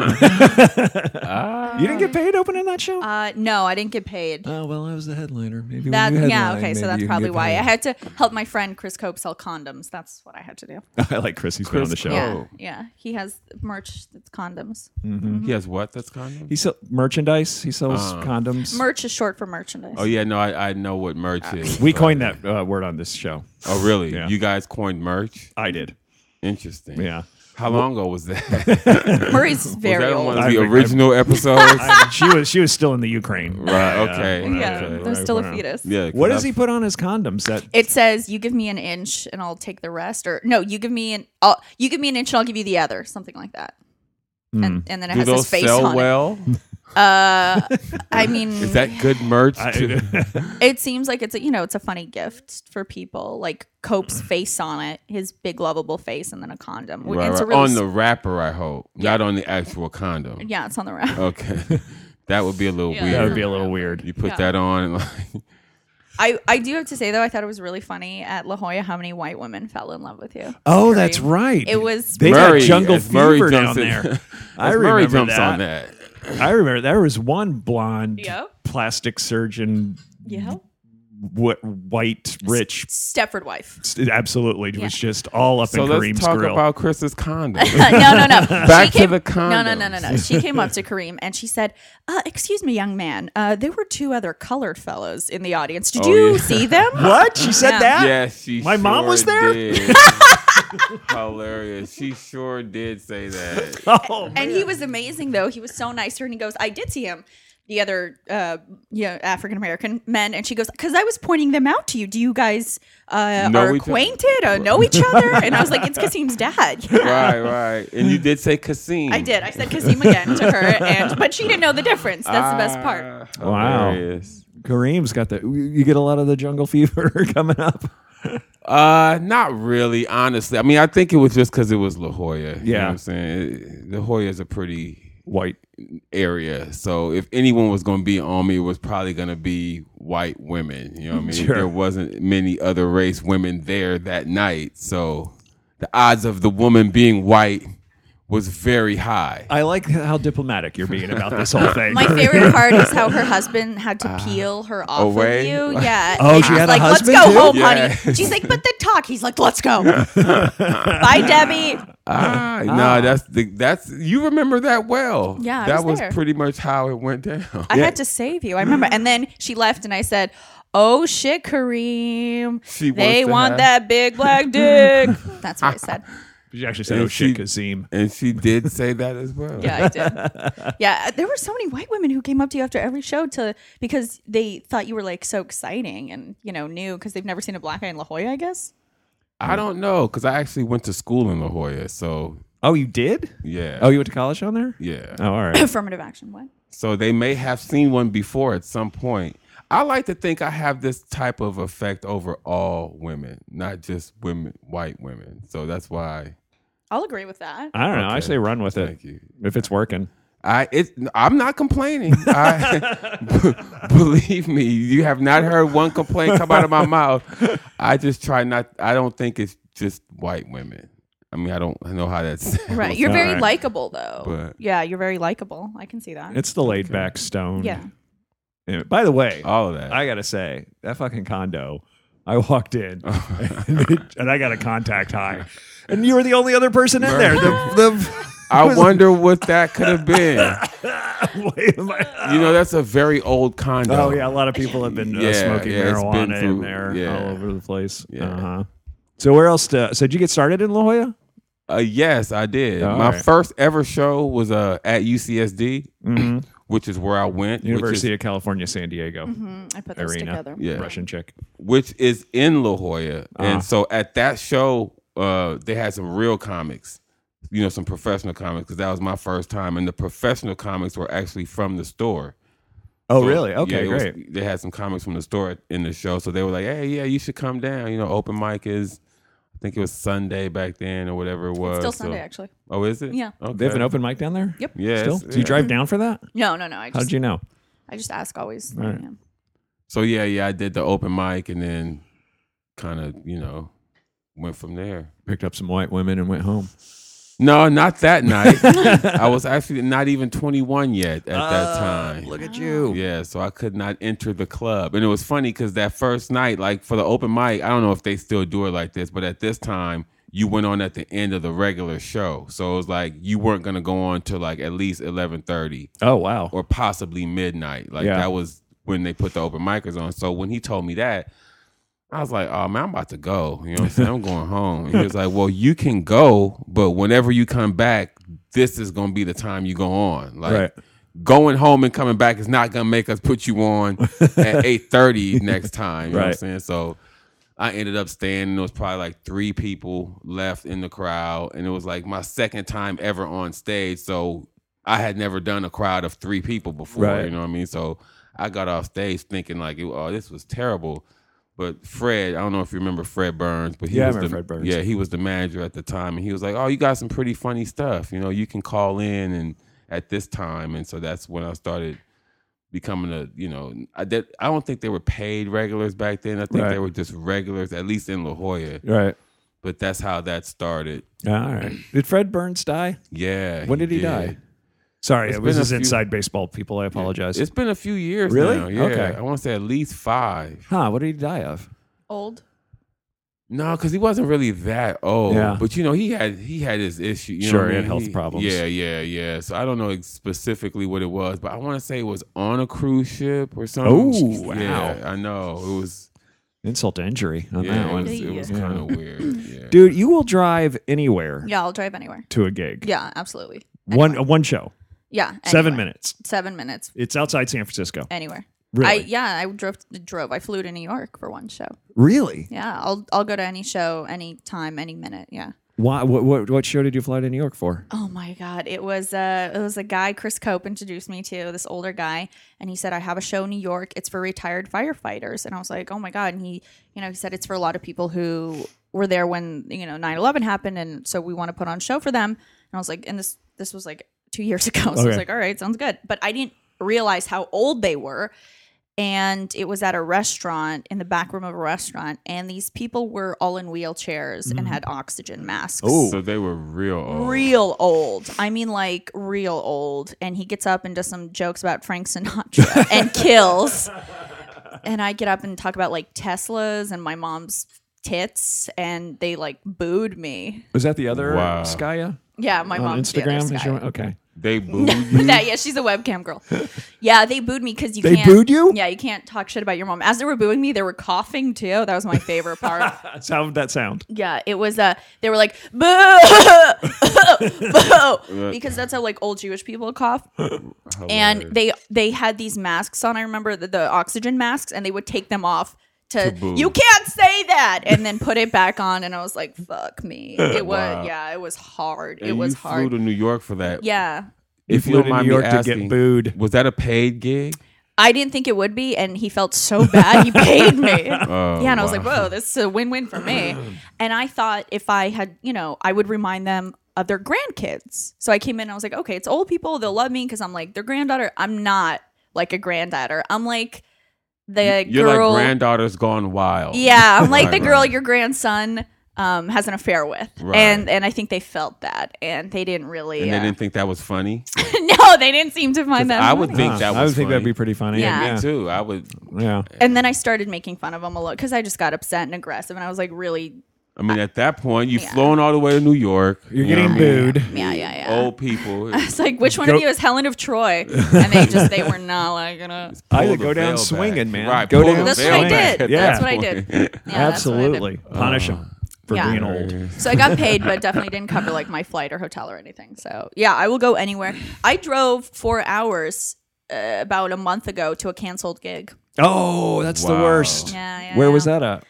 Speaker 6: you didn't get paid opening that show.
Speaker 4: Uh, no, I didn't get paid.
Speaker 6: Oh well, I was the headliner. Maybe
Speaker 4: That yeah okay, so that's probably why I had to help my friend Chris Cope sell condoms. That's what I had to do.
Speaker 6: I like Chris. He's been on the show.
Speaker 4: Yeah, yeah, he has merch that's condoms.
Speaker 5: He has what? That's condom.
Speaker 6: He sells merchandise. He sells condoms.
Speaker 4: Merch is short for merchandise.
Speaker 5: Oh yeah, no, I, I know what merch is.
Speaker 6: we
Speaker 5: but-
Speaker 6: coined that uh, word on this show.
Speaker 5: Oh really?
Speaker 6: Yeah.
Speaker 5: You guys coined merch?
Speaker 6: I did.
Speaker 5: Interesting.
Speaker 6: Yeah.
Speaker 5: How long ago was that?
Speaker 4: Murray's very
Speaker 5: was that on
Speaker 4: old.
Speaker 5: one of the
Speaker 6: I- I-
Speaker 5: original episodes?
Speaker 6: she was she was still in the Ukraine.
Speaker 5: Right, okay.
Speaker 6: when I-
Speaker 4: yeah,
Speaker 5: Okay.
Speaker 4: there's still
Speaker 6: when
Speaker 4: a
Speaker 6: I-
Speaker 4: fetus.
Speaker 5: yeah. 'cause
Speaker 6: What does
Speaker 5: I-
Speaker 6: he put on his condoms? That
Speaker 4: It says, "You give me an inch, and I'll take the rest." Or no, you give me an, I'll, you give me an inch, and I'll give you the other, something like that. And, and then it
Speaker 5: Hmm. Do
Speaker 4: has
Speaker 5: those
Speaker 4: his face
Speaker 5: sell
Speaker 4: on
Speaker 5: well?
Speaker 4: it. Uh, I mean,
Speaker 5: Is that good merch? too?
Speaker 4: it seems like it's a, you know it's a funny gift for people. Like Cope's face on it, his big lovable face, and then a condom.
Speaker 5: Right,
Speaker 4: It's a
Speaker 5: right.
Speaker 4: really
Speaker 5: on
Speaker 4: s-
Speaker 5: the wrapper, I hope, not on the actual condom.
Speaker 4: yeah, it's on the wrap.
Speaker 5: Okay, that would be a little
Speaker 4: Yeah.
Speaker 5: weird.
Speaker 4: That
Speaker 6: that would be a little weird.
Speaker 5: you put that on, and like,
Speaker 4: I, I do have to say though, I thought it was really funny at La Jolla how many white women fell in love with you.
Speaker 6: Oh, that's right.
Speaker 4: It was-
Speaker 6: they
Speaker 5: Murray,
Speaker 6: got jungle
Speaker 5: if Murray
Speaker 6: fever down
Speaker 5: jumps in-
Speaker 6: there. I
Speaker 5: As
Speaker 6: remember
Speaker 5: Murray jumps
Speaker 6: that.
Speaker 5: on that.
Speaker 6: I remember there was one blonde
Speaker 4: Yep.
Speaker 6: plastic surgeon,
Speaker 5: Mm-hmm.
Speaker 4: Yeah,
Speaker 6: wh- white, rich.
Speaker 4: Stepford wife.
Speaker 6: Absolutely, was just all up
Speaker 5: So
Speaker 6: in
Speaker 5: let's
Speaker 6: Kareem's
Speaker 5: talk
Speaker 6: grill.
Speaker 5: about Chris's condom.
Speaker 4: no, Uh, no, no.
Speaker 5: Back
Speaker 4: She
Speaker 5: to the
Speaker 4: No, no, no, no, no.
Speaker 5: condoms.
Speaker 4: She came up to Kareem and she said, uh, "Excuse me, young man. Uh, there were two other colored fellows in the audience. Did
Speaker 5: Oh,
Speaker 4: you
Speaker 5: yeah.
Speaker 4: see them?"
Speaker 6: what she said
Speaker 4: Yeah.
Speaker 6: that?
Speaker 5: yes, she.
Speaker 6: My mom
Speaker 5: sure
Speaker 6: was there?
Speaker 5: did. Hilarious. She sure did say that.
Speaker 6: Oh,
Speaker 4: And he was amazing though. He was so nice to her, and he goes, "I did see him." The other, uh, you know, African American men, and she goes, "Because I was pointing them out to you. Do you guys uh,
Speaker 5: Know
Speaker 4: are
Speaker 5: each other?"
Speaker 4: acquainted or know each other?" And I was like, "It's Kasim's dad." Yeah.
Speaker 5: right, right. And you did say Kasim.
Speaker 4: I did. I said Kasim again to her, and but she didn't know the difference. That's the best part.
Speaker 5: Ah,
Speaker 6: Wow.
Speaker 5: hilarious.
Speaker 6: Kareem's got the. You get a lot of the jungle fever coming up.
Speaker 5: Uh, not really, honestly. I mean, I think it was just because it was La Jolla. Yeah. You know
Speaker 6: Yeah.
Speaker 5: what I'm saying? It- La Jolla is a pretty
Speaker 6: White.
Speaker 5: area. So if anyone was going to be on me, it was probably going to be white women. You know what I mean?
Speaker 6: Sure.
Speaker 5: There wasn't many other race women there that night. So the odds of the woman being white was very high.
Speaker 6: I like how diplomatic you're being about this whole thing.
Speaker 4: My favorite part is how her husband had to peel her off
Speaker 5: Uh, away?
Speaker 4: of you. Yeah.
Speaker 6: Oh,
Speaker 4: And
Speaker 6: she
Speaker 4: she's
Speaker 6: had a
Speaker 4: like,
Speaker 6: husband
Speaker 4: Let's go
Speaker 6: too?
Speaker 4: home,
Speaker 5: Yeah.
Speaker 4: honey. She's like, but the talk. He's like, let's go. Bye, Debbie.
Speaker 5: Ah, no, that's the that's you remember that well.
Speaker 4: Yeah, I
Speaker 5: that
Speaker 4: was
Speaker 5: was,
Speaker 4: there.
Speaker 5: pretty much how it went down.
Speaker 4: I had to save you. I remember. And then she left, and I said, "Oh shit, Kareem!
Speaker 5: She wants
Speaker 4: they
Speaker 5: to
Speaker 4: want
Speaker 5: have-
Speaker 4: that big black dick." That's what I said.
Speaker 6: you actually said,
Speaker 5: And
Speaker 6: "Oh shit,
Speaker 5: she-
Speaker 6: Kazim."
Speaker 5: and she did say that as well.
Speaker 4: Yeah, I did. Yeah, uh, there were so many white women who came up to you after every show to because they thought you were like so exciting and you know new because they've never seen a black guy in La Jolla. I guess.
Speaker 5: I don't know because I actually went to school in La Jolla, so
Speaker 6: Oh, you did?
Speaker 5: yeah,
Speaker 6: Oh, you went to college on there?
Speaker 5: yeah.
Speaker 6: Oh, all right.
Speaker 4: Affirmative action. What?
Speaker 5: So they may have seen one before at some point. I like to think I have this type of effect over all women, not just women, white women. So that's why
Speaker 4: I'll agree with that.
Speaker 6: I don't know. I say run with it.
Speaker 5: Thank you.
Speaker 6: If it's working.
Speaker 5: I it I'm not complaining. I b- believe me, you have not heard one complaint come out of my mouth. I just try not. I don't think it's just white women. I mean, I don't know how that's
Speaker 4: Right. You're very
Speaker 6: Alright.
Speaker 4: likable though.
Speaker 5: But-
Speaker 4: yeah, you're very likable. I can see that.
Speaker 6: It's the laid back stone.
Speaker 4: yeah.
Speaker 6: And By the way,
Speaker 5: all of that.
Speaker 6: I gotta say, that fucking condo, I walked in and, I got a contact high. And you were the only other person in there. The,
Speaker 5: I wonder what that could have been.
Speaker 6: the wait, am I-
Speaker 5: You know, that's a very old condo.
Speaker 6: Oh yeah, a lot of people have been uh,
Speaker 5: Yeah,
Speaker 6: smoking
Speaker 5: yeah, it's been
Speaker 6: marijuana in
Speaker 5: through-
Speaker 6: there
Speaker 5: yeah.
Speaker 6: all over the place.
Speaker 5: Yeah.
Speaker 6: uh, Uh-huh. So where else? To, so did you get started in La Jolla?
Speaker 5: Uh, yes, I did.
Speaker 6: All
Speaker 5: My
Speaker 6: right.
Speaker 5: first ever show was uh, at UCSD, which is where I went. which is-
Speaker 6: Mm-hmm. University of California, San Diego.
Speaker 4: Mm, I put those
Speaker 6: Arena.
Speaker 4: together.
Speaker 5: Yeah.
Speaker 6: Russian chick.
Speaker 5: which is in La Jolla.
Speaker 6: Uh-huh.
Speaker 5: And so at that show, uh, they had some real comics, you know, some professional comics, because that was my first time. And the professional comics were actually from the store.
Speaker 6: Oh,
Speaker 5: So,
Speaker 6: really?
Speaker 5: yeah,
Speaker 6: Okay,
Speaker 5: it was-
Speaker 6: great.
Speaker 5: they had some comics from the store in the show. So they were like, hey, yeah, you should come down. You know, open mic is, I think it was Sunday back then or whatever it was.
Speaker 4: It's
Speaker 6: uh,
Speaker 4: still
Speaker 5: So-
Speaker 4: Sunday, actually.
Speaker 5: Oh, is it?
Speaker 4: Yeah.
Speaker 5: Okay.
Speaker 6: They have an open mic down there?
Speaker 4: Yep.
Speaker 5: Yeah,
Speaker 6: Still?
Speaker 5: it's-
Speaker 6: Do you
Speaker 5: yeah.
Speaker 6: drive down for that?
Speaker 4: No, no, no. I
Speaker 6: How did
Speaker 4: just,
Speaker 6: you know?
Speaker 4: I just ask always.
Speaker 6: right.
Speaker 4: Yeah.
Speaker 5: So yeah, yeah, I did the open mic and then kind of, you know, went from there.
Speaker 6: Picked up some white women and went home.
Speaker 5: No, not that night. I was actually not even 21 yet at that
Speaker 6: Uh,
Speaker 5: time.
Speaker 6: Look at you.
Speaker 5: Yeah, so I could not enter the club. And it was funny because that first night, like for the open mic, I don't know if they still do it like this, but at this time, you went on at the end of the regular show. So it was like you weren't gonna go on till like at least eleven thirty
Speaker 6: Oh, wow.
Speaker 5: or possibly midnight. Like
Speaker 6: Yeah.
Speaker 5: that was when they put the open micers on. So when he told me that, I was like, "Oh man, I'm about to go." You know what I'm saying? I'm going home. And he was like, "Well, you can go, but whenever you come back, this is gonna be the time you go on." Like.
Speaker 6: Right.
Speaker 5: Going home and coming back is not gonna make us put you on at eight thirty next time. You know what I'm
Speaker 6: Right.
Speaker 5: saying? So I ended up staying. There was probably like three people left in the crowd, and it was like my second time ever on stage. So I had never done a crowd of three people before.
Speaker 6: Right.
Speaker 5: You know what I mean? So I got off stage thinking like, oh, this was terrible. But Fred, I don't know if you remember Fred Burns, but he
Speaker 6: Yeah, I
Speaker 5: was
Speaker 6: remember
Speaker 5: the,
Speaker 6: Fred Burns.
Speaker 5: Yeah, he was the manager at the time, and he was like, "Oh, you got some pretty funny stuff. You know, you can call in and at this time." And so that's when I started becoming a you know I did, I don't think they were paid regulars back then. I think
Speaker 6: Right.
Speaker 5: they were just regulars, at least in La Jolla.
Speaker 6: Right.
Speaker 5: But that's how that started.
Speaker 6: All right. Did Fred Burns die?
Speaker 5: Yeah.
Speaker 6: When did he die? Sorry, it was
Speaker 5: been a
Speaker 6: this
Speaker 5: few-
Speaker 6: inside baseball people. I apologize.
Speaker 5: It's been a few years
Speaker 6: Really?
Speaker 5: now. Yeah,
Speaker 6: Okay.
Speaker 5: I want to say at least five.
Speaker 6: huh, what did he die of?
Speaker 4: Old.
Speaker 5: No, because he wasn't really that old.
Speaker 6: Yeah.
Speaker 5: But you know, he had he had his issue. You know
Speaker 6: Sure,
Speaker 5: what I
Speaker 6: he had
Speaker 5: mean?
Speaker 6: health problems.
Speaker 5: Yeah, yeah, yeah. So I don't know ex- specifically what it was, but I want to say it was on a cruise ship or something.
Speaker 6: Oh, wow.
Speaker 5: Yeah, I know it was.
Speaker 6: Insult to injury on
Speaker 5: Yeah,
Speaker 6: that
Speaker 5: it
Speaker 6: one.
Speaker 5: was, it was
Speaker 6: Yeah.
Speaker 5: kind of weird. Yeah.
Speaker 6: Dude, you will drive anywhere
Speaker 4: Yeah, I'll drive anywhere.
Speaker 6: to a gig.
Speaker 4: Yeah, absolutely.
Speaker 6: One
Speaker 4: Anywhere.
Speaker 6: uh, one show.
Speaker 4: yeah.
Speaker 6: Seven
Speaker 4: anywhere.
Speaker 6: minutes.
Speaker 4: Seven minutes.
Speaker 6: It's outside San Francisco.
Speaker 4: Anywhere.
Speaker 6: Really?
Speaker 4: I yeah, I drove drove. I flew to New York for one show.
Speaker 6: Really?
Speaker 4: Yeah, I'll I'll go to any show, any time, any minute. Yeah.
Speaker 6: Why what, what what show did you fly to New York for?
Speaker 4: Oh my God! It was uh, it was a guy Chris Cope introduced me to this older guy, and he said, "I have a show in New York. It's for retired firefighters." And I was like, "Oh my God!" And he, you know, he said it's for a lot of people who were there when you know 9-11 happened, and so we want to put on a show for them. And I was like, and this this was like two years ago, so I
Speaker 6: Okay.
Speaker 4: was like, "All right, sounds good." But I didn't realize how old they were, and it was at a restaurant in the back room of a restaurant, and these people were all in wheelchairs and had oxygen masks
Speaker 5: So they were real old.
Speaker 4: real old. I mean, like real old. And he gets up and does some jokes about Frank Sinatra and kills. And I get up and talk about like Teslas and my mom's tits, and they like booed me.
Speaker 6: Was that the other
Speaker 5: Wow.
Speaker 6: Skaya
Speaker 4: Yeah, my
Speaker 6: on
Speaker 4: mom's Um, the other
Speaker 6: Instagram? Is
Speaker 4: Sky.
Speaker 6: your- okay.
Speaker 5: They booed you.
Speaker 4: that yeah, she's a webcam girl. Yeah, they booed me because you
Speaker 6: They
Speaker 4: can't,
Speaker 6: booed you?
Speaker 4: Yeah, you can't talk shit about your mom. As they were booing me, they were coughing too. That was my favorite part.
Speaker 6: That's how did that sound?
Speaker 4: Yeah, it was. Uh, they were like boo, boo, because that's how like old Jewish people cough. And they they had these masks on. I remember the, the oxygen masks, and they would take them off to,
Speaker 5: boo.
Speaker 4: you can't say that, and then put it back on. And I was like, fuck me. It was
Speaker 5: Wow.
Speaker 4: yeah, it was hard.
Speaker 5: And
Speaker 4: it was
Speaker 5: you
Speaker 4: hard.
Speaker 5: Flew to New York for that.
Speaker 4: yeah,
Speaker 5: If you,
Speaker 6: You flew
Speaker 5: don't
Speaker 6: to
Speaker 5: mind
Speaker 6: New
Speaker 5: me
Speaker 6: York to get
Speaker 5: asking,
Speaker 6: booed.
Speaker 5: Was that a paid gig?
Speaker 4: I didn't think it would be, and he felt so bad he paid me.
Speaker 5: Oh,
Speaker 4: yeah, and I was like, "Whoa, this is a win-win for me." and I thought if I had, you know, I would remind them of their grandkids. So I came in, and I was like, "Okay, it's old people; they'll love me because I'm like their granddaughter. I'm not like a granddaughter. I'm like the
Speaker 5: Your
Speaker 4: girl.
Speaker 5: like granddaughter's gone wild.
Speaker 4: yeah, I'm like the
Speaker 5: Right,
Speaker 4: girl
Speaker 5: right.
Speaker 4: your grandson." Um, has an affair with,
Speaker 5: Right.
Speaker 4: and and I think they felt that, and they didn't really.
Speaker 5: And
Speaker 4: uh,
Speaker 5: they didn't think that was funny.
Speaker 4: no, they didn't seem to find that.
Speaker 5: I would
Speaker 4: funny.
Speaker 5: think that
Speaker 6: I would
Speaker 5: was
Speaker 6: think that'd
Speaker 5: funny.
Speaker 6: be pretty funny.
Speaker 4: Yeah.
Speaker 5: Me too. I would.
Speaker 6: Yeah.
Speaker 4: And then I started making fun of him a lot because I just got upset and aggressive, and I was like, really,
Speaker 5: I mean, at that point, you've flown all the way to New York.
Speaker 6: You're
Speaker 5: you know
Speaker 6: getting
Speaker 5: what I mean?
Speaker 6: booed.
Speaker 4: yeah, yeah, yeah.
Speaker 5: Old people.
Speaker 4: It's like, which one
Speaker 6: Go-
Speaker 4: of you is Helen of Troy? And they just they were not liking it.
Speaker 6: I
Speaker 5: Pull
Speaker 6: would go
Speaker 5: the
Speaker 6: down
Speaker 5: veil
Speaker 6: swinging,
Speaker 5: back.
Speaker 6: man.
Speaker 5: Right.
Speaker 6: Go
Speaker 5: pull
Speaker 6: down
Speaker 5: the
Speaker 4: That's
Speaker 5: veil
Speaker 4: what I
Speaker 5: back
Speaker 4: did.
Speaker 5: at
Speaker 6: Yeah.
Speaker 5: that
Speaker 4: That's what I
Speaker 5: point. Uh,
Speaker 4: did. Yeah, that's what I did.
Speaker 6: Absolutely. Punish him. for
Speaker 4: Yeah.
Speaker 6: being old.
Speaker 4: So I got paid, but definitely didn't cover like my flight or hotel or anything. So yeah, I will go anywhere. I drove four hours uh, about a month ago to a canceled gig.
Speaker 6: Oh, that's the
Speaker 5: Wow.
Speaker 6: worst.
Speaker 4: Yeah, yeah.
Speaker 6: Where
Speaker 4: yeah.
Speaker 6: was that at?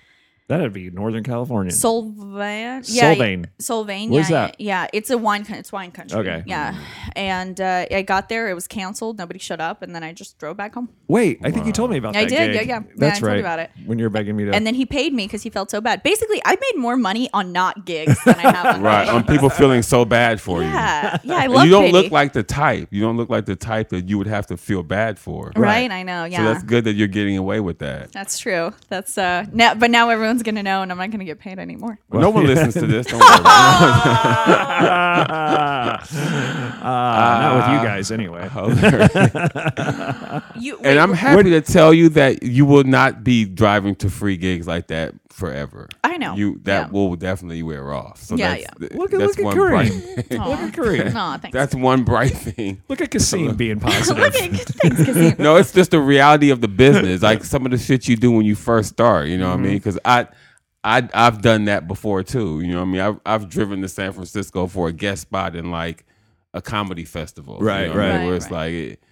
Speaker 6: That'd be Northern California.
Speaker 4: Solvang. Yeah,
Speaker 6: Solvang.
Speaker 4: Solvang.
Speaker 6: Where's
Speaker 4: yeah,
Speaker 6: that?
Speaker 4: Yeah, it's a wine. coun- It's wine country.
Speaker 6: Okay.
Speaker 4: Yeah, and uh, I got there. It was canceled. Nobody showed up, and then I just drove back home.
Speaker 6: Wait, I think you told me about
Speaker 4: I
Speaker 6: that.
Speaker 4: did,
Speaker 6: gig.
Speaker 4: yeah, yeah. Yeah,
Speaker 6: That's
Speaker 4: I told you
Speaker 6: right.
Speaker 4: about it.
Speaker 6: When you were begging me to.
Speaker 4: And then he paid me because he felt so bad. Basically, I made more money on not gigs than I have on
Speaker 5: Right. On people feeling so bad for you.
Speaker 4: Yeah, yeah. I
Speaker 5: And
Speaker 4: love
Speaker 5: you don't
Speaker 4: pity.
Speaker 5: look like the type. You don't look like the type that you would have to feel bad for.
Speaker 4: right. I know. Yeah.
Speaker 5: So that's good that you're getting away with that.
Speaker 4: That's true. That's uh now but now everyone's gonna know and I'm not gonna get paid anymore.
Speaker 5: no one listens to this. Don't worry.
Speaker 6: Ah, ah, not with you guys, anyway.
Speaker 4: You wait,
Speaker 5: and I'm happy to tell you that you will not be driving to free gigs like that forever.
Speaker 4: I know.
Speaker 5: You that
Speaker 4: Yeah.
Speaker 5: will definitely wear off. So
Speaker 4: Yeah,
Speaker 5: that's, th-
Speaker 6: Look at
Speaker 5: that's
Speaker 6: look
Speaker 5: one
Speaker 6: at Kareem.
Speaker 5: bright.
Speaker 4: Aw.
Speaker 6: Look at Kareem.
Speaker 4: Aw, thanks.
Speaker 5: That's one bright thing.
Speaker 6: Look at Cassine being
Speaker 4: Look
Speaker 6: positive.
Speaker 4: at- thanks, Cassie.
Speaker 5: No, it's just the reality of the business. Like some of the shit you do when you first start. You know what I
Speaker 4: Mm-hmm.
Speaker 5: mean? Because I. I, I've done that before too. You know what I mean? I've, I've driven to San Francisco for a guest spot in like a comedy festival. you
Speaker 6: Right,
Speaker 5: know what I mean?
Speaker 4: right.
Speaker 5: Where it's like, it,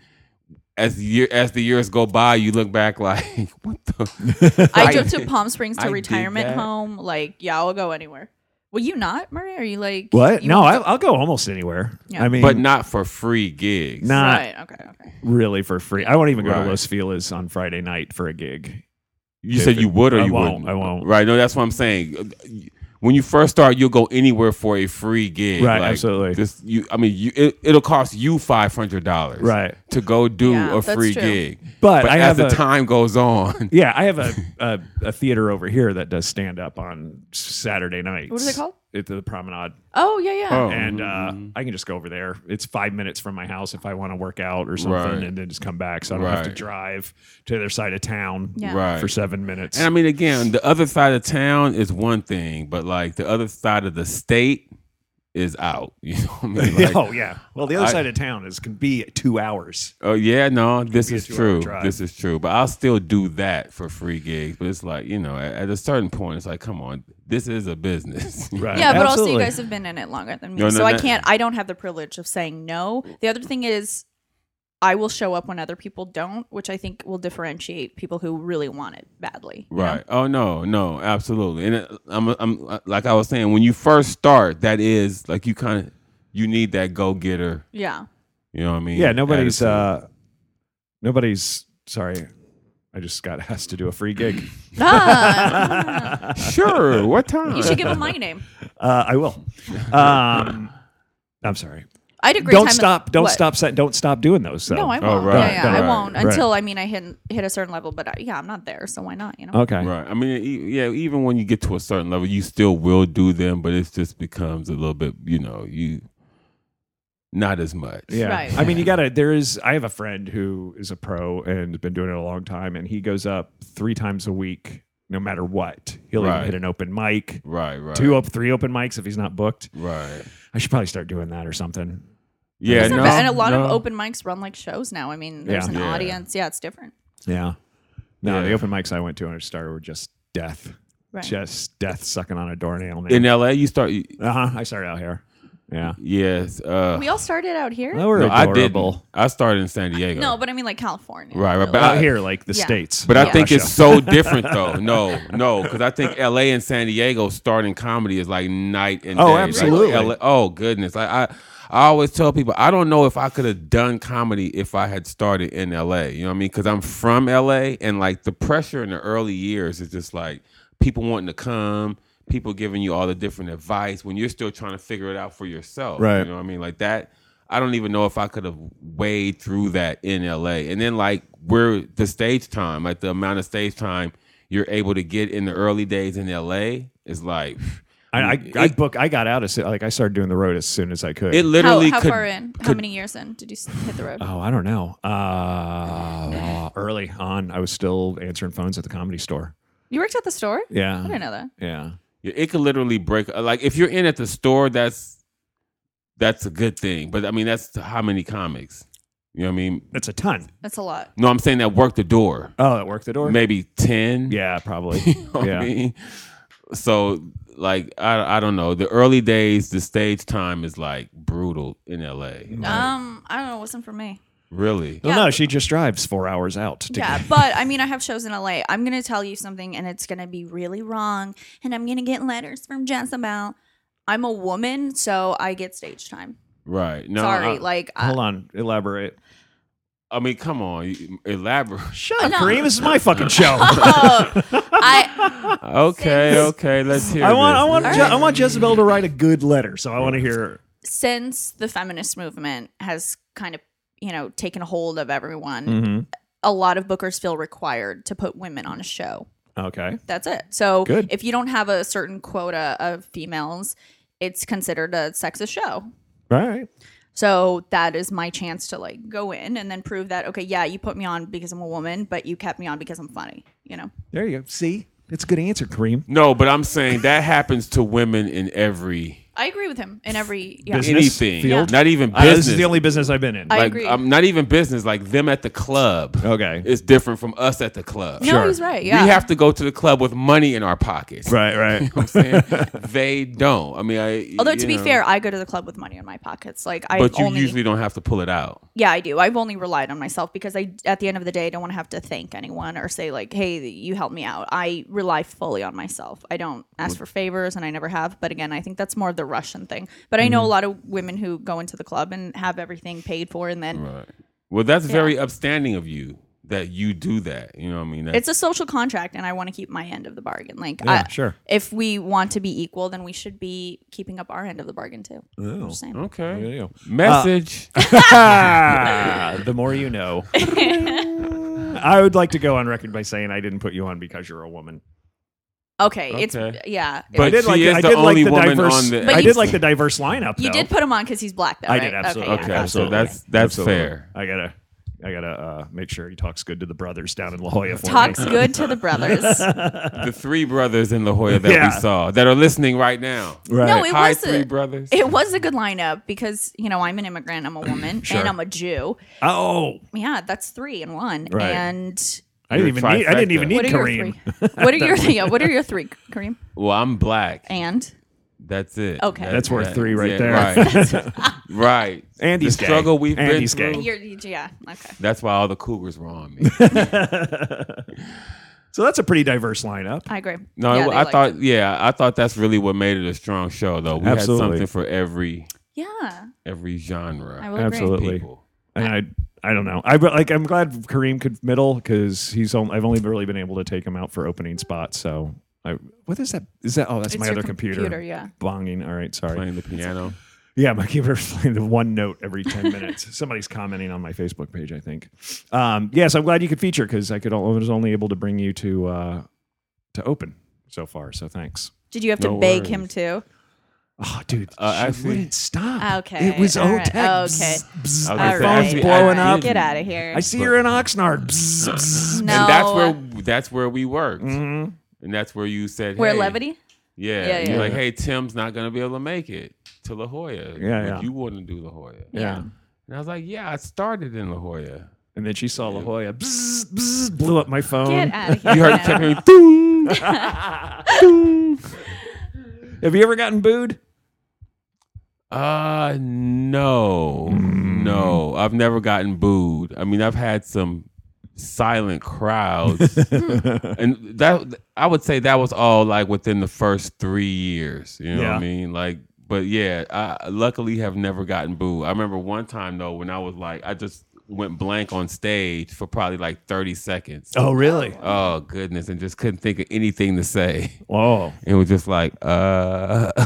Speaker 5: as, the year, as the years go by, you look back like, what the?
Speaker 4: I drove to Palm Springs to
Speaker 5: I did
Speaker 4: retirement
Speaker 5: that.
Speaker 4: home. Like, yeah, I'll go anywhere. Will you not, Maria? Are you like
Speaker 6: What?
Speaker 4: you
Speaker 6: No,
Speaker 4: want
Speaker 6: I, I'll go almost anywhere.
Speaker 4: Yeah.
Speaker 6: I mean,
Speaker 5: But not for free gigs.
Speaker 4: to-
Speaker 6: not
Speaker 4: Right, okay, okay.
Speaker 6: really for free. I won't even go
Speaker 5: Right.
Speaker 6: to Los Feliz on Friday night for a gig.
Speaker 5: You said you would or
Speaker 6: I
Speaker 5: you
Speaker 6: won't,
Speaker 5: wouldn't.
Speaker 6: I won't.
Speaker 5: Right. No, that's what I'm saying. When you first start, you'll go anywhere for a free gig.
Speaker 6: Right, absolutely.
Speaker 5: This, you, I mean, you, it, it'll cost you five hundred dollars.
Speaker 6: Right.
Speaker 5: To go do
Speaker 4: Yeah,
Speaker 5: a
Speaker 4: that's
Speaker 5: free
Speaker 4: true.
Speaker 5: gig.
Speaker 6: But I
Speaker 5: as
Speaker 6: have
Speaker 5: the
Speaker 6: a-
Speaker 5: time goes on,
Speaker 6: Yeah, I have a, a, a theater over here that does stand up on Saturday nights.
Speaker 4: What is it called?
Speaker 6: It's the Promenade.
Speaker 4: Oh yeah, yeah.
Speaker 5: Oh.
Speaker 6: and uh, I can just go over there. It's five minutes from my house if I want to work out or something,
Speaker 5: Right.
Speaker 6: and then just come back, so I don't have to
Speaker 5: Right.
Speaker 6: drive to the other side of town
Speaker 4: Yeah.
Speaker 5: Right.
Speaker 6: for seven minutes.
Speaker 5: and I mean, again, the other side of town is one thing, but like the other side of the state is out. You know what I mean? Like,
Speaker 6: oh yeah. Well, the other
Speaker 5: I-
Speaker 6: side of town is can be two hours.
Speaker 5: Oh yeah, no, this
Speaker 6: be a
Speaker 5: is
Speaker 6: two-hour
Speaker 5: true.
Speaker 6: drive.
Speaker 5: This is true. But I'll still do that for free gigs. But it's like you know, at, at a certain point, it's like, come on, this is a business.
Speaker 6: Right.
Speaker 4: Yeah, but also you
Speaker 6: Absolutely.
Speaker 4: guys have been in it longer than me,
Speaker 5: No, no,
Speaker 4: so I
Speaker 5: no.
Speaker 4: can't. I don't have the privilege of saying no. The other thing is, I will show up when other people don't, which I think will differentiate people who really want it badly. you know?
Speaker 5: Right. Oh no, no, absolutely. And it, I'm, uh, I'm like I was saying, when you first start, that is like you kind of you need that go getter.
Speaker 4: Yeah.
Speaker 5: You know what I mean?
Speaker 6: Yeah, nobody's
Speaker 5: Attitude.
Speaker 6: uh, nobody's sorry. I just got asked to do a free gig.
Speaker 4: Ah,
Speaker 5: sure. What time?
Speaker 4: you should give him my name.
Speaker 6: Uh, I will. Um, I'm sorry.
Speaker 4: I had a great
Speaker 6: Don't
Speaker 4: time.
Speaker 6: stop. Don't
Speaker 4: What?
Speaker 6: stop. se- Don't stop doing those. though.
Speaker 4: No, I
Speaker 5: Oh,
Speaker 4: won't.
Speaker 5: right,
Speaker 4: yeah, yeah,
Speaker 6: right,
Speaker 4: I won't
Speaker 6: right.
Speaker 4: until I mean I hit hit a certain level. But I, yeah, I'm not there, so why not? You know.
Speaker 6: Okay.
Speaker 5: Right. I mean, e- yeah. Even when you get to a certain level, you still will do them, but it just becomes a little bit, you know, you not as much.
Speaker 6: Yeah.
Speaker 4: Right.
Speaker 6: I mean, you gotta, there is, I have a friend who is a pro and has been doing it a long time, and he goes up three times a week, no matter what. He'll even
Speaker 5: Right.
Speaker 6: hit an open mic,
Speaker 5: Right. Right.
Speaker 6: two up, three open mics if he's not booked.
Speaker 5: Right.
Speaker 6: I should probably start doing that or something.
Speaker 5: Yeah.
Speaker 4: It's not
Speaker 5: No,
Speaker 4: bad. and a lot
Speaker 5: no.
Speaker 4: of open mics run like shows now. I mean, there's
Speaker 6: Yeah.
Speaker 4: an
Speaker 5: Yeah.
Speaker 4: audience. Yeah, it's different.
Speaker 6: Yeah. No, the
Speaker 5: Yeah.
Speaker 6: open mics I went to when I started were just death,
Speaker 4: Right.
Speaker 6: just death sucking on a doornail.
Speaker 5: in LA. You start.
Speaker 6: uh huh. I started out here. Yeah.
Speaker 5: Yes. Uh,
Speaker 4: We all started out here.
Speaker 6: They were
Speaker 5: no, I did.
Speaker 6: adorable.
Speaker 5: I started in San Diego.
Speaker 4: No, but I mean like California.
Speaker 5: Right, right,
Speaker 4: really.
Speaker 5: but I-
Speaker 6: Out here, like the
Speaker 4: Yeah.
Speaker 6: states.
Speaker 5: But I
Speaker 6: not
Speaker 5: think it's
Speaker 6: Russia.
Speaker 5: so different though. No, no, because I think L.A. and San Diego starting comedy is like night and
Speaker 6: Oh,
Speaker 5: day. Like,
Speaker 6: absolutely.
Speaker 5: LA oh goodness, I, I I always tell people I don't know if I could have done comedy if I had started in L.A. You know what I mean? Because I'm from L.A. and like the pressure in the early years is just like people wanting to come. People giving you all the different advice when you're still trying to figure it out for yourself.
Speaker 6: Right.
Speaker 5: You know what I mean? Like that. I don't even know if I could have waded through that in LA. And then like where the stage time, like the amount of stage time you're able to get in the early days in LA is like
Speaker 6: I, I, I book. I got out as soon- like I started doing the road as soon as I could.
Speaker 5: it
Speaker 4: How,
Speaker 5: literally
Speaker 4: how
Speaker 5: could
Speaker 4: far in? How many years in did you s- hit the road?
Speaker 6: Oh, I don't know. Uh, early on, I was still answering phones at the comedy store.
Speaker 4: You worked at the store?
Speaker 6: Yeah.
Speaker 4: I didn't
Speaker 5: Uh-huh.
Speaker 4: know that.
Speaker 6: Yeah.
Speaker 5: it could literally break uh, like if you're in at the store that's that's a good thing. But I mean that's how many comics. You know what I mean?
Speaker 6: That's a ton.
Speaker 4: That's a lot.
Speaker 5: No, I'm saying that worked the door.
Speaker 6: Oh, that worked the door?
Speaker 5: Maybe 10.
Speaker 6: Yeah, probably.
Speaker 5: Oh, You know what
Speaker 6: Yeah.
Speaker 5: I mean? so like I I don't know. The early days, the stage time is like brutal in LA.
Speaker 4: Um, I don't know. It wasn't for me.
Speaker 5: Really.
Speaker 6: No,
Speaker 4: Yeah.
Speaker 6: no, she just drives four hours out. To
Speaker 4: Yeah, but I mean, I have shows in LA. I'm gonna tell you something, and it's gonna be really wrong, and I'm gonna get letters from Jezebel. I'm a woman, so I get stage time.
Speaker 5: Right. No. uh,
Speaker 4: Sorry,
Speaker 5: I,
Speaker 4: like I,
Speaker 6: Hold on, elaborate.
Speaker 5: I mean, come on, you- elaborate.
Speaker 6: Shut
Speaker 4: I
Speaker 6: up,
Speaker 4: know.
Speaker 6: Kareem. This is my fucking show.
Speaker 4: oh, I
Speaker 5: Okay, okay, let's hear.
Speaker 6: I want, I
Speaker 5: this.
Speaker 6: want,
Speaker 4: All
Speaker 6: Je-
Speaker 4: right.
Speaker 6: I want Jezebel to write a good letter, so I want to hear.
Speaker 4: since the feminist movement has kind of you know taken hold of everyone,
Speaker 5: Mm.
Speaker 6: Mhm.
Speaker 4: a lot of bookers feel required to put women on a show.
Speaker 6: Okay,
Speaker 4: That's it. So
Speaker 6: Good.
Speaker 4: if you don't have a certain quota of females, it's considered a sexist show.
Speaker 6: all right.
Speaker 4: So that is my chance to like go in and then prove that okay, yeah, you put me on because I'm a woman, but you kept me on because I'm funny, you know.
Speaker 6: There you go. See, it's a good answer, Kareem.
Speaker 5: No, but I'm saying that happens to women in every
Speaker 4: I agree with him in every yeah.
Speaker 6: Business.
Speaker 5: anything,
Speaker 6: field?
Speaker 5: not even
Speaker 6: Uh,
Speaker 5: business.
Speaker 6: this is the only business I've been in.
Speaker 4: I
Speaker 5: like,
Speaker 4: agree.
Speaker 5: um, not even business. Like them at the club.
Speaker 6: Okay.
Speaker 5: it's different from us at the club.
Speaker 4: No, he's right. Yeah.
Speaker 5: We have to go to the club with money in our pockets.
Speaker 6: right, right.
Speaker 5: You know what I'm saying? they don't. I mean, I.
Speaker 4: Although
Speaker 5: you
Speaker 4: to be
Speaker 5: know,
Speaker 4: fair, I go to the club with money in my pockets. Like I
Speaker 5: but you
Speaker 4: only
Speaker 5: usually don't have to pull it out.
Speaker 4: yeah, I do. I've only relied on myself because I at the end of the day I don't want to have to thank anyone or say like, "Hey, you helped me out." I rely fully on myself. I don't ask for favors and I never have, but again, I think that's more the Russian thing. But I know a lot of women who go into the club and have everything paid for and then
Speaker 5: Right. Well, that's very upstanding of you that you do that. You know what I mean? That's,
Speaker 4: it's a social contract and i want to keep my end of the bargain like
Speaker 6: Yeah,
Speaker 4: I,
Speaker 6: sure.
Speaker 4: if we want to be equal then we should be keeping up our end of the bargain too I'm just saying.
Speaker 5: okay.
Speaker 6: you go. Uh,
Speaker 5: Message.
Speaker 6: Ah, the more you know. I would like to go on record by saying I didn't put you on because you're a woman.
Speaker 4: okay,
Speaker 5: Okay.
Speaker 4: it's yeah
Speaker 5: But
Speaker 6: I did
Speaker 5: she
Speaker 6: like.
Speaker 5: is
Speaker 6: I
Speaker 5: the
Speaker 6: did
Speaker 5: only
Speaker 6: like the
Speaker 5: woman
Speaker 6: diverse.
Speaker 5: on the-
Speaker 4: But
Speaker 6: I
Speaker 4: you-
Speaker 6: did like the diverse lineup.
Speaker 4: you
Speaker 6: though.
Speaker 4: did put him on because he's black though
Speaker 6: I
Speaker 4: right?
Speaker 6: did absolutely.
Speaker 4: okay,
Speaker 5: Okay,
Speaker 4: yeah.
Speaker 5: so that's that's
Speaker 6: Absolutely.
Speaker 5: fair.
Speaker 6: I gotta, I gotta uh, make sure he talks good to the brothers down in La Jolla. For
Speaker 4: talks
Speaker 6: me.
Speaker 4: good to the brothers
Speaker 5: The three brothers in La Jolla that
Speaker 6: Yeah.
Speaker 5: we saw that are listening right now.
Speaker 6: Right.
Speaker 4: No, it
Speaker 5: Hi,
Speaker 4: was a-
Speaker 5: three brothers.
Speaker 4: it was a good lineup because you know i'm an immigrant i'm a woman
Speaker 6: Sure.
Speaker 4: and i'm a jew
Speaker 6: oh,
Speaker 4: yeah that's three in one
Speaker 6: Right.
Speaker 4: and
Speaker 6: I didn't even
Speaker 5: Your
Speaker 6: need. I didn't
Speaker 5: trifecta.
Speaker 6: even need
Speaker 4: what are
Speaker 6: Kareem.
Speaker 4: your three what are your yeah, what are your three kareem
Speaker 5: well, I'm black.
Speaker 4: and
Speaker 5: That's it.
Speaker 4: Okay.
Speaker 6: That's worth
Speaker 5: that-
Speaker 6: three right
Speaker 5: yeah,
Speaker 6: there.
Speaker 5: Right. right.
Speaker 6: And he's
Speaker 5: the
Speaker 6: gay.
Speaker 5: struggle we've
Speaker 6: And
Speaker 5: been
Speaker 6: he's gay.
Speaker 5: through.
Speaker 4: you're, yeah okay
Speaker 5: That's why all the cougars were on me.
Speaker 6: So that's a pretty diverse lineup.
Speaker 4: i agree
Speaker 5: No,
Speaker 4: Yeah,
Speaker 5: it-
Speaker 4: they
Speaker 5: I
Speaker 4: liked
Speaker 5: thought yeah, I thought that's really what made it a strong show though. We
Speaker 6: Absolutely.
Speaker 5: had something for every
Speaker 4: it. yeah
Speaker 5: every genre.
Speaker 4: I will agree.
Speaker 6: Absolutely.
Speaker 5: People.
Speaker 6: And I, I don't know. I like. I'm glad Kareem could middle because he's. Only, I've only really been able to take him out for opening spots. So, I, what is that? Is that? Oh, that's
Speaker 4: It's
Speaker 6: my
Speaker 4: your
Speaker 6: other computer.
Speaker 4: computer, yeah.
Speaker 6: Bonging. All right. Sorry.
Speaker 5: Playing the piano.
Speaker 6: Yeah, my keyboard's playing the one note every 10 minutes. Somebody's commenting on my Facebook page, I think. Um, yes, I'm glad you could feature because I could al- I was only able to bring you to uh, to open so far. So thanks.
Speaker 4: Did you have to
Speaker 5: No
Speaker 4: beg
Speaker 5: worries.
Speaker 4: him too?
Speaker 6: Oh, dude,
Speaker 5: Uh,
Speaker 6: she
Speaker 5: actually-
Speaker 6: wouldn't stop.
Speaker 4: Okay,
Speaker 6: it was
Speaker 4: all right,
Speaker 6: OTEC.
Speaker 4: okay.
Speaker 6: Bzz, bzz,
Speaker 5: I was
Speaker 6: my
Speaker 5: gonna say,
Speaker 6: phone's
Speaker 5: actually, I
Speaker 6: blowing
Speaker 5: did-
Speaker 6: up.
Speaker 4: Get out of here.
Speaker 6: I see her in Oxnard. Bzz, bzz.
Speaker 4: no.
Speaker 5: And that's where that's where we worked.
Speaker 6: Mhm.
Speaker 5: And that's where you said
Speaker 4: Where
Speaker 5: hey.
Speaker 4: levity?
Speaker 5: Yeah.
Speaker 4: Yeah,
Speaker 5: You're
Speaker 4: yeah.
Speaker 5: like, hey, Tim's not gonna be able to make it to La Jolla.
Speaker 6: Yeah,
Speaker 5: But
Speaker 6: yeah.
Speaker 5: You wouldn't do La Jolla.
Speaker 6: Yeah.
Speaker 5: And I was like, yeah, I started in La Jolla.
Speaker 6: And then she saw La Jolla. Bzz, bzz, blew up my phone.
Speaker 4: Get out of here.
Speaker 5: You heard
Speaker 4: now.
Speaker 5: kept hearing "Ding."
Speaker 6: Have you ever gotten booed?
Speaker 5: Uh no.
Speaker 6: Mm.
Speaker 5: No. I've never gotten booed. I mean, I've had some silent crowds. and that I would say that was all like within the first 3 years, you know what
Speaker 6: Yeah.
Speaker 5: I mean? Like but yeah, I luckily have never gotten booed. I remember one time though when I was like I just went blank on stage for probably like 30 seconds.
Speaker 6: Oh, really?
Speaker 5: Oh goodness, and just couldn't think of anything to say.
Speaker 6: Oh.
Speaker 5: It was just like uh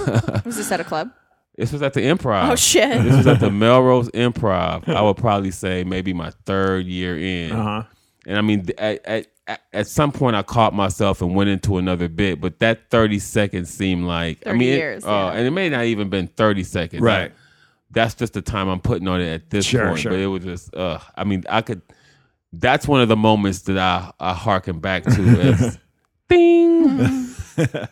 Speaker 4: Was this at a club?
Speaker 5: This was at the improv.
Speaker 4: Oh, shit.
Speaker 5: This was at the Melrose Improv. I would probably say maybe my third year in.
Speaker 6: Uh-huh.
Speaker 5: And I mean, th- at, at- at, at some point, I caught myself and went into another bit, but that 30 seconds seemed like. I
Speaker 4: 30
Speaker 5: mean, it-
Speaker 4: years,
Speaker 5: uh,
Speaker 4: yeah.
Speaker 5: and it may not even been 30 seconds.
Speaker 6: Right.
Speaker 5: I- that's just the time I'm putting on it at this
Speaker 6: Sure,
Speaker 5: point.
Speaker 6: sure.
Speaker 5: But it was just, uh, I mean, I could. That's one of the moments that I, I hearken back to as, Bing!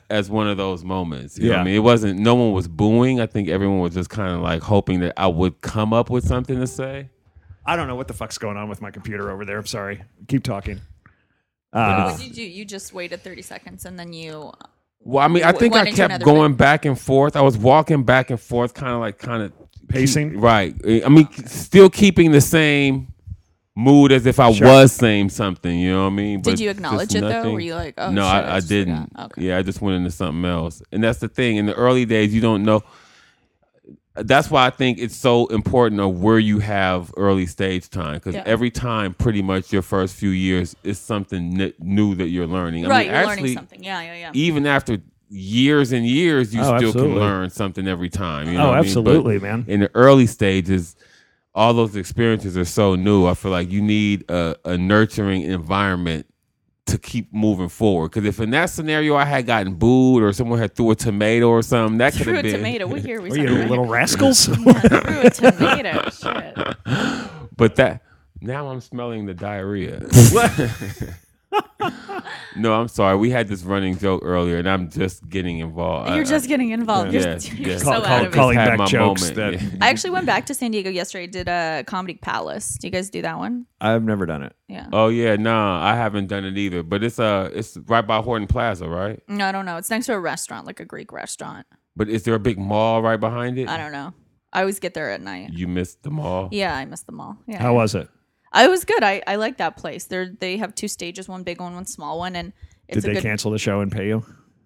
Speaker 5: as one of those moments. You know what
Speaker 6: Yeah.
Speaker 5: I mean? It wasn't, no one was booing. I think everyone was just kind of like hoping that I would come up with something to say.
Speaker 6: I don't know what the fuck's going on with my computer over there. I'm sorry. Keep talking. Uh,
Speaker 4: What did you do? You just waited 30 seconds and then you
Speaker 5: Well, I mean, I
Speaker 4: W-
Speaker 5: think
Speaker 4: one
Speaker 5: I
Speaker 4: into
Speaker 5: kept
Speaker 4: another
Speaker 5: going back and forth. I was walking back and forth, kind of like kind of
Speaker 6: Pacing?
Speaker 5: right. I mean, still keeping the same mood as if I
Speaker 6: Sure.
Speaker 5: was saying something. You know what I mean?
Speaker 4: Did
Speaker 5: But
Speaker 4: you acknowledge
Speaker 5: just
Speaker 4: it, though?
Speaker 5: nothing-
Speaker 4: Were you like, oh,
Speaker 5: no,
Speaker 4: shit,
Speaker 5: I,
Speaker 4: I
Speaker 5: I
Speaker 4: just forgot.
Speaker 5: didn't.
Speaker 4: Okay.
Speaker 5: Yeah, I just went into something else, and that's the thing. In the early days, you don't know. That's why I think it's so important of where you have early stage time because
Speaker 4: Yeah.
Speaker 5: every time, pretty much your first few years is something n- new that you're learning. I
Speaker 4: right,
Speaker 5: mean,
Speaker 4: you're
Speaker 5: actually,
Speaker 4: learning something. Yeah, yeah, yeah.
Speaker 5: even after years and years, you
Speaker 6: Oh,
Speaker 5: still
Speaker 6: absolutely.
Speaker 5: can learn something every time. You know
Speaker 6: Oh,
Speaker 5: what I mean? But
Speaker 6: absolutely, man.
Speaker 5: In the early stages, all those experiences are so new. I feel like you need a, a nurturing environment to keep moving forward. Because if in that scenario I had gotten booed or someone had threw a tomato or something, that could
Speaker 4: Threw
Speaker 5: have
Speaker 4: a
Speaker 5: been.
Speaker 4: tomato. We hear we
Speaker 6: Were
Speaker 4: said
Speaker 6: you
Speaker 4: it right
Speaker 6: little
Speaker 4: here.
Speaker 6: rascals?
Speaker 4: Threw a tomato. Shit.
Speaker 5: But that now I'm smelling the diarrhea. no, I'm sorry. We had this running joke earlier, and I'm just getting involved.
Speaker 4: You're
Speaker 5: I-
Speaker 4: just getting involved. You're,
Speaker 5: Yes,
Speaker 4: you're
Speaker 5: yes.
Speaker 4: so out
Speaker 6: Call- call-
Speaker 4: of
Speaker 6: calling
Speaker 4: it.
Speaker 5: Had
Speaker 6: back
Speaker 5: my
Speaker 6: jokes
Speaker 5: moment,
Speaker 6: that-
Speaker 5: yeah.
Speaker 4: I actually went back to San Diego yesterday. Did a Comedy Palace. Do you guys do that one?
Speaker 6: I've never done it.
Speaker 4: Yeah.
Speaker 5: Oh yeah, nah, I haven't done it either. But it's uh it's right by Horton Plaza, right?
Speaker 4: No, I don't know. It's next to a restaurant, like a Greek restaurant.
Speaker 5: But is there a big mall right behind it?
Speaker 4: I don't know. I always get there at night.
Speaker 5: You missed the mall.
Speaker 4: Yeah, I miss them all. Yeah.
Speaker 6: How was it?
Speaker 4: I was good. I, I like that place. They they have two stages, one big one, one small one, and
Speaker 6: Did
Speaker 4: it's a
Speaker 6: they
Speaker 4: good.
Speaker 6: cancel the show and pay you?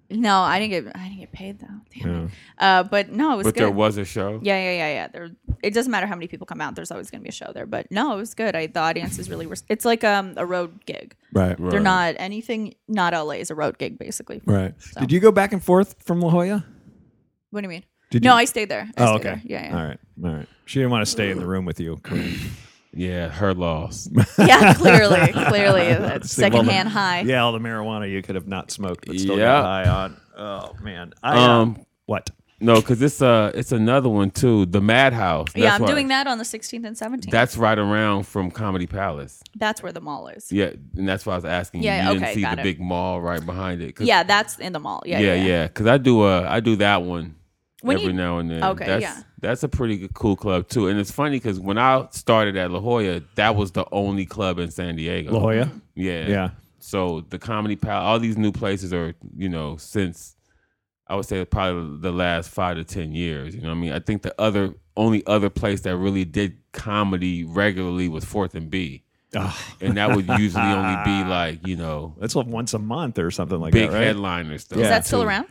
Speaker 4: No, I didn't get I didn't get paid though. Damn it. Uh, but no, it was
Speaker 5: but
Speaker 4: good.
Speaker 5: there was a show.
Speaker 4: yeah, yeah, yeah, yeah. There, it doesn't matter how many people come out. There's always going to be a show there. But no, it was good. I the audience is really. Res- it's like um a road gig.
Speaker 6: Right.
Speaker 4: They're
Speaker 5: Right.
Speaker 4: not anything. Not LA is a road gig basically.
Speaker 6: Right.
Speaker 4: So-
Speaker 6: Did you go back and forth from La Jolla?
Speaker 4: What do you mean?
Speaker 6: Did
Speaker 4: no,
Speaker 6: you-
Speaker 4: I stayed there. I
Speaker 6: Oh,
Speaker 4: stayed
Speaker 6: okay.
Speaker 4: there. Yeah, yeah.
Speaker 6: All right. All right. She didn't want to stay in the room with you.
Speaker 5: Yeah, her loss.
Speaker 4: Yeah, clearly, clearly, that's
Speaker 6: See, well,
Speaker 4: secondhand high.
Speaker 6: yeah, all the marijuana you could have not smoked, but still
Speaker 5: Yeah.
Speaker 6: got high on. Oh man. I, um.
Speaker 5: Um,
Speaker 6: what?
Speaker 5: no, because it's uh it's another one too. The Madhouse. That's
Speaker 4: yeah, I'm
Speaker 5: why-
Speaker 4: doing that on the 16th and 17th.
Speaker 5: That's right around from Comedy Palace.
Speaker 4: that's where the mall is.
Speaker 5: Yeah, and that's why I was asking. you.
Speaker 4: Yeah,
Speaker 5: you
Speaker 4: okay,
Speaker 5: didn't see
Speaker 4: got
Speaker 5: the
Speaker 4: it.
Speaker 5: big mall right behind it. 'cause-
Speaker 4: Yeah, that's in the mall. Yeah, yeah.
Speaker 5: yeah, yeah. Because I do uh I do that one
Speaker 4: When
Speaker 5: every
Speaker 4: you-
Speaker 5: now and then.
Speaker 4: Okay,
Speaker 5: that's,
Speaker 4: yeah.
Speaker 5: That's a pretty good, cool club too, and it's funny because when I started at La Jolla, that was the only club in San Diego.
Speaker 6: La Jolla.
Speaker 5: Yeah,
Speaker 6: Yeah.
Speaker 5: So the comedy pal, all these new places are you know since I would say probably the last five to ten years. You know, what I mean, I think the other only other place that really did comedy regularly was Fourth and B,
Speaker 6: Oh,
Speaker 5: and that would usually only be like you know
Speaker 6: that's like once a month or something like
Speaker 5: big
Speaker 6: that, right?
Speaker 5: headliners. Though,
Speaker 4: Is
Speaker 6: Yeah,
Speaker 4: that still
Speaker 5: too.
Speaker 4: around?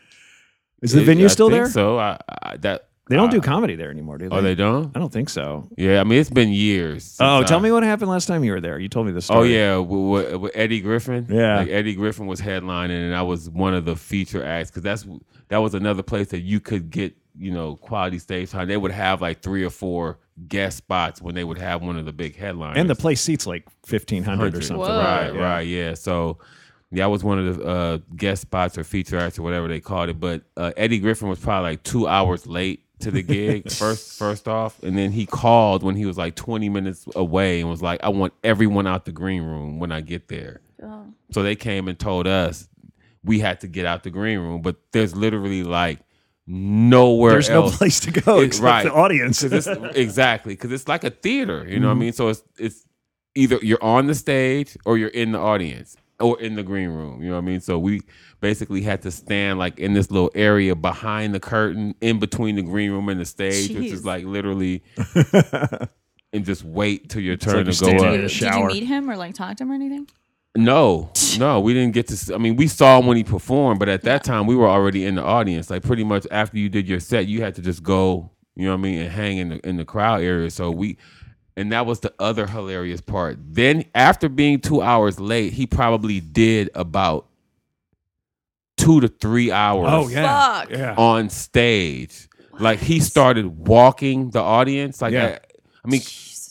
Speaker 6: Is the
Speaker 5: It-
Speaker 6: venue
Speaker 5: I
Speaker 6: still
Speaker 5: think
Speaker 6: there?
Speaker 5: So I, I that
Speaker 6: They don't do
Speaker 5: uh,
Speaker 6: comedy there anymore, do they?
Speaker 5: Oh, they don't.
Speaker 6: I don't think so.
Speaker 5: Yeah, I mean it's been years. since
Speaker 6: Oh, tell
Speaker 5: I-
Speaker 6: me what happened last time you were there. You told me the story.
Speaker 5: Oh yeah, with, with, with Eddie Griffin.
Speaker 6: Yeah.
Speaker 5: like Eddie Griffin was headlining, and I was one of the feature acts because that's that was another place that you could get you know quality stage time. They would have like three or four guest spots when they would have one of the big headliners.
Speaker 6: And the place seats like fifteen hundred or something.
Speaker 4: Whoa.
Speaker 5: Right, right, yeah. So yeah, I was one of the uh, guest spots or feature acts or whatever they called it. But uh, Eddie Griffin was probably like two hours late to the gig first first off, and then he called when he was like twenty minutes away and was like, "I want everyone out the green room when I get there." So they came and told us we had to get out the green room, but there's literally like nowhere
Speaker 6: There's no
Speaker 5: else.
Speaker 6: place to go
Speaker 5: It-
Speaker 6: except
Speaker 5: right.
Speaker 6: the audience.
Speaker 5: 'Cause it's, exactly, because it's like a theater. You know
Speaker 6: Mm-hmm.
Speaker 5: what I mean? So it's it's either you're on the stage or you're in the audience or in the green room. You know what I mean? So we basically had to stand like in this little area behind the curtain, in between the green room and the stage, which
Speaker 4: Jeez.
Speaker 5: is like literally, and just wait till your
Speaker 6: like
Speaker 5: turn
Speaker 6: you're
Speaker 5: to go
Speaker 6: standing
Speaker 5: up.
Speaker 6: in
Speaker 4: Did
Speaker 6: the
Speaker 4: you- Did you
Speaker 6: shower.
Speaker 4: meet him or like talk to him or anything?
Speaker 5: No, no, we didn't get to. s- I mean, we saw him when he performed, but at that time we were already in the audience. Like pretty much after you did your set, you had to just go. You know what I mean, and hang in the in the crowd area. So we, and that was the other hilarious part. Then after being two hours late, he probably did about two to three hours
Speaker 6: oh yeah.
Speaker 4: Fuck.
Speaker 6: Yeah.
Speaker 5: on stage. Like he started walking the audience. Like
Speaker 6: Yeah.
Speaker 5: I, I mean,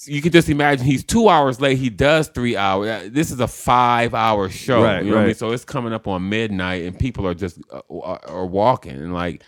Speaker 5: you could just imagine he's two hours late. He does three hours. Uh, This is a five-hour show.
Speaker 6: Right,
Speaker 5: you know What I mean?
Speaker 6: right.
Speaker 5: So it's coming up on midnight, and people are just uh, are, are walking and like,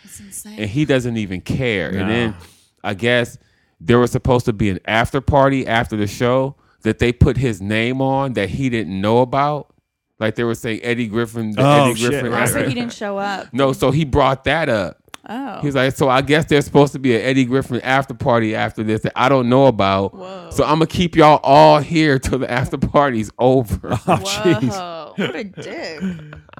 Speaker 5: and he doesn't even care. And then I guess there was supposed to be an after party after the show that they put his name on that he didn't know about. Like they were saying Eddie Griffin. the
Speaker 6: Oh,
Speaker 5: Eddie
Speaker 6: shit,
Speaker 5: Griffin.
Speaker 6: right,
Speaker 4: So he didn't show up.
Speaker 5: No, so he brought that up.
Speaker 4: Oh.
Speaker 5: He's like, so I guess there's supposed to be an Eddie Griffin after party after this that I don't know about. So I'm gonna keep y'all all here till the after party's over.
Speaker 6: Oh
Speaker 4: Whoa.
Speaker 6: jeez.
Speaker 4: Wow, what a dick.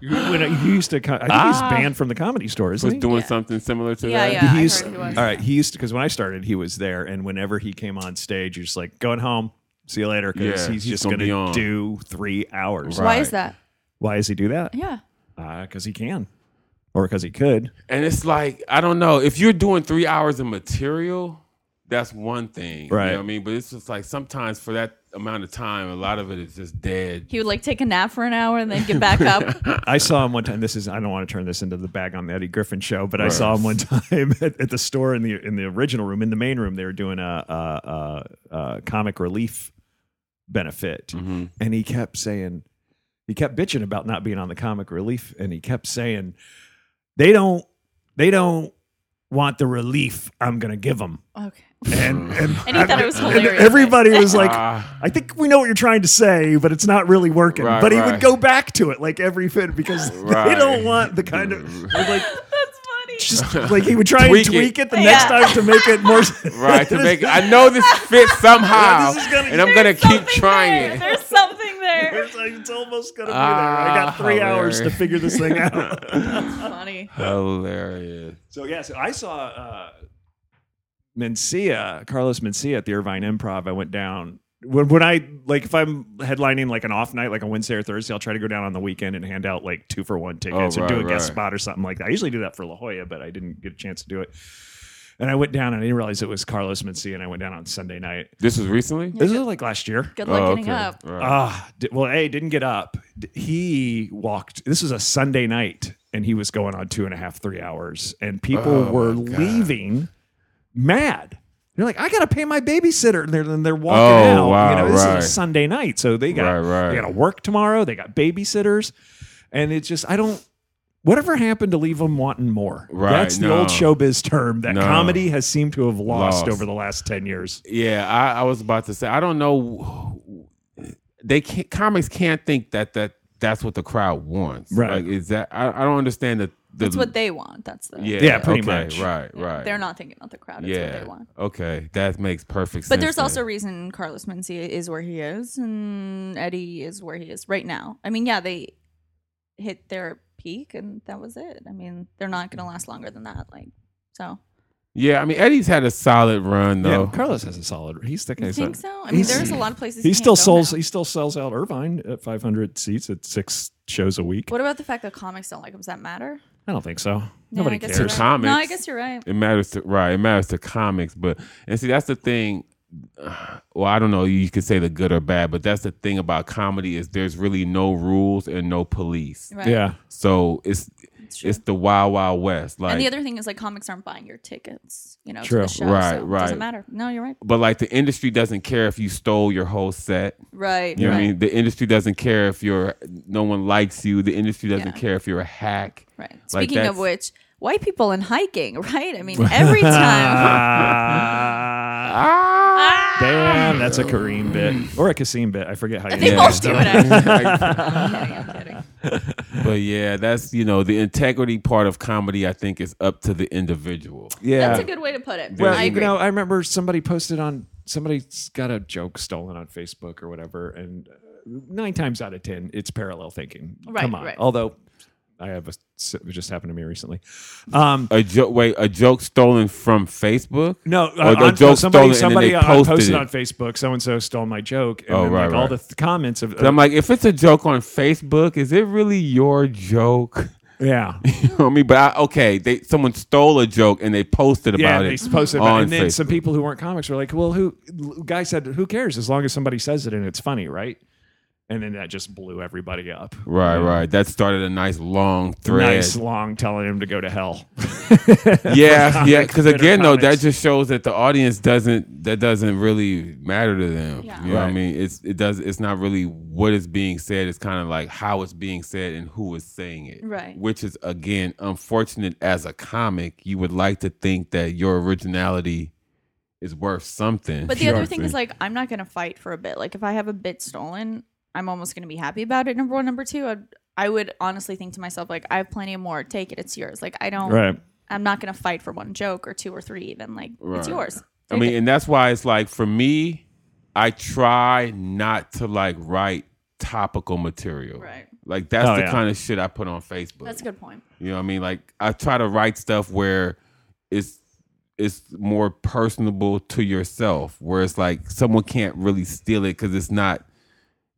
Speaker 6: You, when you used to, co- I think he's
Speaker 5: Ah.
Speaker 6: banned from the comedy store,
Speaker 5: was
Speaker 6: isn't he?
Speaker 5: doing
Speaker 4: Yeah.
Speaker 5: something similar to
Speaker 4: Yeah,
Speaker 5: that.
Speaker 4: yeah. I
Speaker 6: He used-
Speaker 4: heard he was.
Speaker 6: All right, he used to because when I started, he was there, and whenever he came on stage, you're just like going home. See you later, because
Speaker 5: Yeah,
Speaker 6: he's,
Speaker 5: he's
Speaker 6: just
Speaker 5: gonna
Speaker 6: going
Speaker 5: be
Speaker 6: to
Speaker 5: on.
Speaker 6: do three hours.
Speaker 5: Right.
Speaker 4: Why is that?
Speaker 6: Why does he do that?
Speaker 4: Yeah.
Speaker 6: Because he can, or because he could.
Speaker 5: And it's like, I don't know, if you're doing three hours of material, that's one thing. You
Speaker 6: Right.
Speaker 5: know what I mean? But it's just like sometimes for that amount of time, a lot of it is just dead.
Speaker 4: He would like take a nap for an hour and then get back up.
Speaker 6: I saw him one time. This is I don't want to turn this into the bag on the Eddie Griffin show, but I saw him one time at, at the store in the in the original room in the main room. They were doing a, a, a, a comic relief benefit,
Speaker 5: Mm.
Speaker 6: and he kept saying he kept bitching about not being on the comic relief, and he kept saying they don't they don't want the relief I'm going to give them,
Speaker 4: Okay.
Speaker 6: and and,
Speaker 4: And he thought it was
Speaker 6: and
Speaker 4: hilarious.
Speaker 6: everybody was like.
Speaker 5: Ah,
Speaker 6: I think we know what you're trying to say, but it's not really working.
Speaker 5: Right,
Speaker 6: but he
Speaker 5: right.
Speaker 6: would go back to it like every fit because they
Speaker 5: Right.
Speaker 6: don't want the kind of they're like
Speaker 4: That's funny.
Speaker 6: just like he would try
Speaker 5: Tweak it.
Speaker 6: and tweak it, the next
Speaker 4: Yeah.
Speaker 6: time to make it more
Speaker 5: right. To make, I know this fits somehow,
Speaker 6: Yeah, this is gonna-
Speaker 5: and I'm going
Speaker 4: There's
Speaker 5: to keep
Speaker 4: something
Speaker 5: trying
Speaker 4: there.
Speaker 5: it.
Speaker 4: There's something there.
Speaker 6: It's, like, it's almost gonna be there. I got
Speaker 5: Ah,
Speaker 6: three hours to
Speaker 5: hilarious.
Speaker 6: figure this thing out.
Speaker 4: funny.
Speaker 5: Hilarious.
Speaker 6: so yeah, so I saw uh, Mencia, Carlos Mencia at the Irvine Improv. I went down. When, when I like, if I'm headlining like an off night, like a Wednesday or Thursday, I'll try to go down on the weekend and hand out like two for one tickets
Speaker 5: Oh,
Speaker 6: or do a
Speaker 5: right,
Speaker 6: guest
Speaker 5: right.
Speaker 6: spot or something like that. I usually do that for La Jolla, but I didn't get a chance to do it. And I went down and I didn't realize it was Carlos Mencia, and I went down on Sunday night.
Speaker 5: This was recently?
Speaker 6: This was like last year.
Speaker 4: Good luck
Speaker 5: Oh,
Speaker 4: getting
Speaker 5: okay.
Speaker 4: up.
Speaker 5: Right.
Speaker 6: Ah, di- well, A, didn't get up. D- He walked. This was a Sunday night, and he was going on two and a half, three hours, and people
Speaker 5: Oh,
Speaker 6: were
Speaker 5: my God.
Speaker 6: leaving mad. They're like, I gotta pay my babysitter, and they're then they're walking
Speaker 5: Oh,
Speaker 6: out.
Speaker 5: wow,
Speaker 6: you know, this
Speaker 5: right.
Speaker 6: is a Sunday night, so they got
Speaker 5: Right, right.
Speaker 6: they got to work tomorrow. They got babysitters, and it's just I don't. Whatever happened to leave them wanting more?
Speaker 5: Right,
Speaker 6: That's the
Speaker 5: no.
Speaker 6: old showbiz term that
Speaker 5: No.
Speaker 6: comedy has seemed to have lost,
Speaker 5: Lost.
Speaker 6: over the last ten years.
Speaker 5: Yeah, I, I was about to say. I don't know. They can't, comics can't think that that that's what the crowd wants.
Speaker 6: Right.
Speaker 5: Like, is that I, I don't understand the. the
Speaker 4: That's what they want. That's the.
Speaker 5: yeah,
Speaker 6: Yeah, pretty
Speaker 5: okay,
Speaker 6: much.
Speaker 5: Right. Right.
Speaker 4: They're not thinking about the crowd. It's
Speaker 5: Yeah.
Speaker 4: what they want.
Speaker 5: Okay, that makes perfect sense.
Speaker 4: But there's
Speaker 5: then.
Speaker 4: also a reason Carlos Mencia is where he is and Eddie is where he is right now. I mean, yeah, they hit their peak and that was it. I mean, they're not going to last longer than that. Like, so
Speaker 5: Yeah, I mean Eddie's had a solid run though.
Speaker 6: Yeah, Carlos has a solid. He's the
Speaker 4: you
Speaker 6: guy's
Speaker 4: think
Speaker 6: a-
Speaker 4: so? I mean, there's a lot of places
Speaker 6: he
Speaker 4: you
Speaker 6: still
Speaker 4: can't go
Speaker 6: sells.
Speaker 4: now.
Speaker 6: He still sells out Irvine at 500 seats at six shows a week.
Speaker 4: What about the fact that comics don't like him? Does that matter?
Speaker 6: I don't think so.
Speaker 4: Yeah, I
Speaker 6: Nobody
Speaker 4: guess
Speaker 6: cares.
Speaker 4: you're
Speaker 5: To
Speaker 4: right. No, I
Speaker 5: comics.
Speaker 4: guess you're right.
Speaker 5: It matters to right. It matters to comics, but and see that's the thing. Well, I don't know. You could say the good or bad, but that's the thing about comedy is there's really no rules and no police.
Speaker 4: Right.
Speaker 6: Yeah,
Speaker 5: So it's
Speaker 4: true.
Speaker 5: it's the wild wild west. Like,
Speaker 4: and the other thing is like comics aren't buying your tickets, you know,
Speaker 6: True.
Speaker 4: to the show.
Speaker 5: Right,
Speaker 4: so It doesn't
Speaker 5: right.
Speaker 4: matter. No, you're right.
Speaker 5: but like the industry doesn't care if you stole your whole set.
Speaker 4: Right.
Speaker 5: You know
Speaker 4: right.
Speaker 5: what I mean? The industry doesn't care if you're no one likes you. The industry doesn't
Speaker 4: Yeah.
Speaker 5: care if you're a hack.
Speaker 4: Right.
Speaker 5: Like,
Speaker 4: Speaking of
Speaker 5: that's-
Speaker 4: which, white people and hiking, right? I mean, every time.
Speaker 6: Ah, damn, that's a Kareem bit or a Kasim bit. I forget how you.
Speaker 4: They
Speaker 6: do
Speaker 4: both do it.
Speaker 6: it.
Speaker 4: Actually.
Speaker 5: Like,
Speaker 4: I'm kidding. I'm kidding.
Speaker 5: but yeah, that's you know the integrity part of comedy. I think is up to the individual.
Speaker 6: Yeah,
Speaker 4: That's a good way to put it.
Speaker 6: Well,
Speaker 4: I
Speaker 6: you
Speaker 4: agree.
Speaker 6: know, I remember somebody posted on somebody's got a joke stolen on Facebook or whatever, and uh, nine times out of ten, it's parallel thinking.
Speaker 4: Right,
Speaker 6: Come on,
Speaker 4: right.
Speaker 6: although. I have a it just happened to me recently. Um,
Speaker 5: A joke. Wait, a joke stolen from Facebook?
Speaker 6: No,
Speaker 5: Or
Speaker 6: uh,
Speaker 5: the
Speaker 6: on-
Speaker 5: joke
Speaker 6: somebody,
Speaker 5: stolen and
Speaker 6: somebody
Speaker 5: then
Speaker 6: on-
Speaker 5: they posted, it.
Speaker 6: on Facebook. So and so stole my joke, and
Speaker 5: Oh,
Speaker 6: then,
Speaker 5: right,
Speaker 6: like all
Speaker 5: right.
Speaker 6: the th- comments of, uh,
Speaker 5: But I'm like, if it's a joke on Facebook, is it really your joke?
Speaker 6: yeah,
Speaker 5: You know what I mean? But I, okay, they someone stole a joke and they posted
Speaker 6: yeah,
Speaker 5: about
Speaker 6: they
Speaker 5: it.
Speaker 6: posted about, it.
Speaker 5: on
Speaker 6: and then some
Speaker 5: Facebook.
Speaker 6: people who weren't comics were like, "Well, who?" Guy said, "Who cares? As long as somebody says it and it's funny, right?" And then that just blew everybody up.
Speaker 5: Right, right. That started a nice long thread.
Speaker 6: Nice long telling him to go to hell.
Speaker 5: yeah, yeah. Because
Speaker 6: bitter
Speaker 5: again, though, that
Speaker 6: comics.
Speaker 5: just shows that the audience doesn't that doesn't really matter to them.
Speaker 4: Yeah.
Speaker 5: You know what I
Speaker 6: Right.
Speaker 5: mean? It's it does. It's not really what is being said. It's kind of like how it's being said and who is saying it.
Speaker 4: Right.
Speaker 5: Which is again unfortunate as a comic. You would like to think that your originality is worth something.
Speaker 4: But the
Speaker 5: You know
Speaker 4: other
Speaker 5: what
Speaker 4: thing
Speaker 5: I'm
Speaker 4: is
Speaker 5: saying?
Speaker 4: like I'm not gonna fight for a bit. Like if I have a bit stolen, I'm almost gonna be happy about it. Number one, number two, I'd, I would honestly think to myself like I have plenty of more. Take it, it's yours. Like I don't.
Speaker 6: Right.
Speaker 4: I'm not gonna fight for one joke or two or three even. Like
Speaker 5: Right.
Speaker 4: it's yours.
Speaker 5: I mean, and that's why it's like for me, I try not to like write topical material.
Speaker 4: right.
Speaker 5: Like that's
Speaker 6: Oh,
Speaker 5: the
Speaker 6: yeah.
Speaker 5: kind of shit I put on Facebook.
Speaker 4: That's a good point.
Speaker 5: You know what I mean? Like I try to write stuff where it's it's more personable to yourself, where it's like someone can't really steal it because it's not.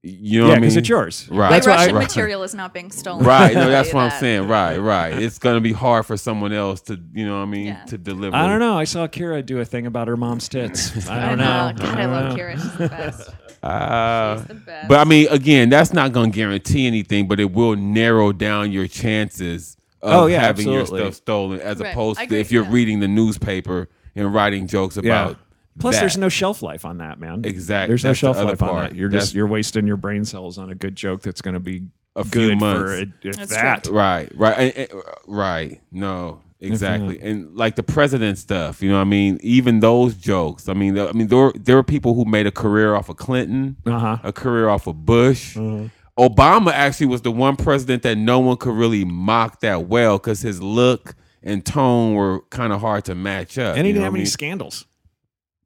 Speaker 5: You know what
Speaker 6: yeah,
Speaker 5: I mean?
Speaker 6: because it's yours.
Speaker 5: Right.
Speaker 6: That's what I-
Speaker 4: Russian
Speaker 5: right.
Speaker 4: material is not being stolen.
Speaker 5: Right. No,
Speaker 4: I'll tell
Speaker 5: that's
Speaker 4: you
Speaker 5: what I'm
Speaker 4: that.
Speaker 5: saying. Right. Right. It's gonna be hard for someone else to, you know what I mean,
Speaker 4: Yeah.
Speaker 5: to deliver.
Speaker 6: I don't know. I saw Kira do a thing about her mom's tits. I
Speaker 4: I
Speaker 6: don't
Speaker 4: know.
Speaker 6: know.
Speaker 4: God, I love Kira. She's the best.
Speaker 5: Uh,
Speaker 4: She's the best.
Speaker 5: But I mean, again, that's not going to guarantee anything, but it will narrow down your chances of
Speaker 6: Oh, yeah,
Speaker 5: having
Speaker 6: absolutely.
Speaker 5: your stuff stolen as
Speaker 4: Right.
Speaker 5: opposed
Speaker 4: I
Speaker 5: to
Speaker 4: agree,
Speaker 5: if you're
Speaker 4: yeah.
Speaker 5: reading the newspaper and writing jokes about.
Speaker 6: Plus,
Speaker 5: that.
Speaker 6: there's no shelf life on that, man.
Speaker 5: Exact-
Speaker 6: There's no
Speaker 5: that's the
Speaker 6: shelf
Speaker 5: other
Speaker 6: life on
Speaker 5: part.
Speaker 6: that. You're
Speaker 5: That's-
Speaker 6: just you're wasting your brain cells on a good joke that's going to be
Speaker 5: A
Speaker 6: good
Speaker 5: few
Speaker 6: for
Speaker 5: months.
Speaker 6: it, if
Speaker 4: That's
Speaker 6: that.
Speaker 5: Right, right, and- and- right. No, exactly. And like the president stuff, you know what I mean? Even those jokes. I mean, th- I mean, there, there were people who made a career off of Clinton,
Speaker 6: Uh-huh.
Speaker 5: a career off of Bush.
Speaker 6: Mm-hmm.
Speaker 5: Obama actually was the one president that no one could really mock that well because his look and tone were kind of hard to match up.
Speaker 6: And he
Speaker 5: you know
Speaker 6: didn't
Speaker 5: what
Speaker 6: have
Speaker 5: I
Speaker 6: any
Speaker 5: mean?
Speaker 6: scandals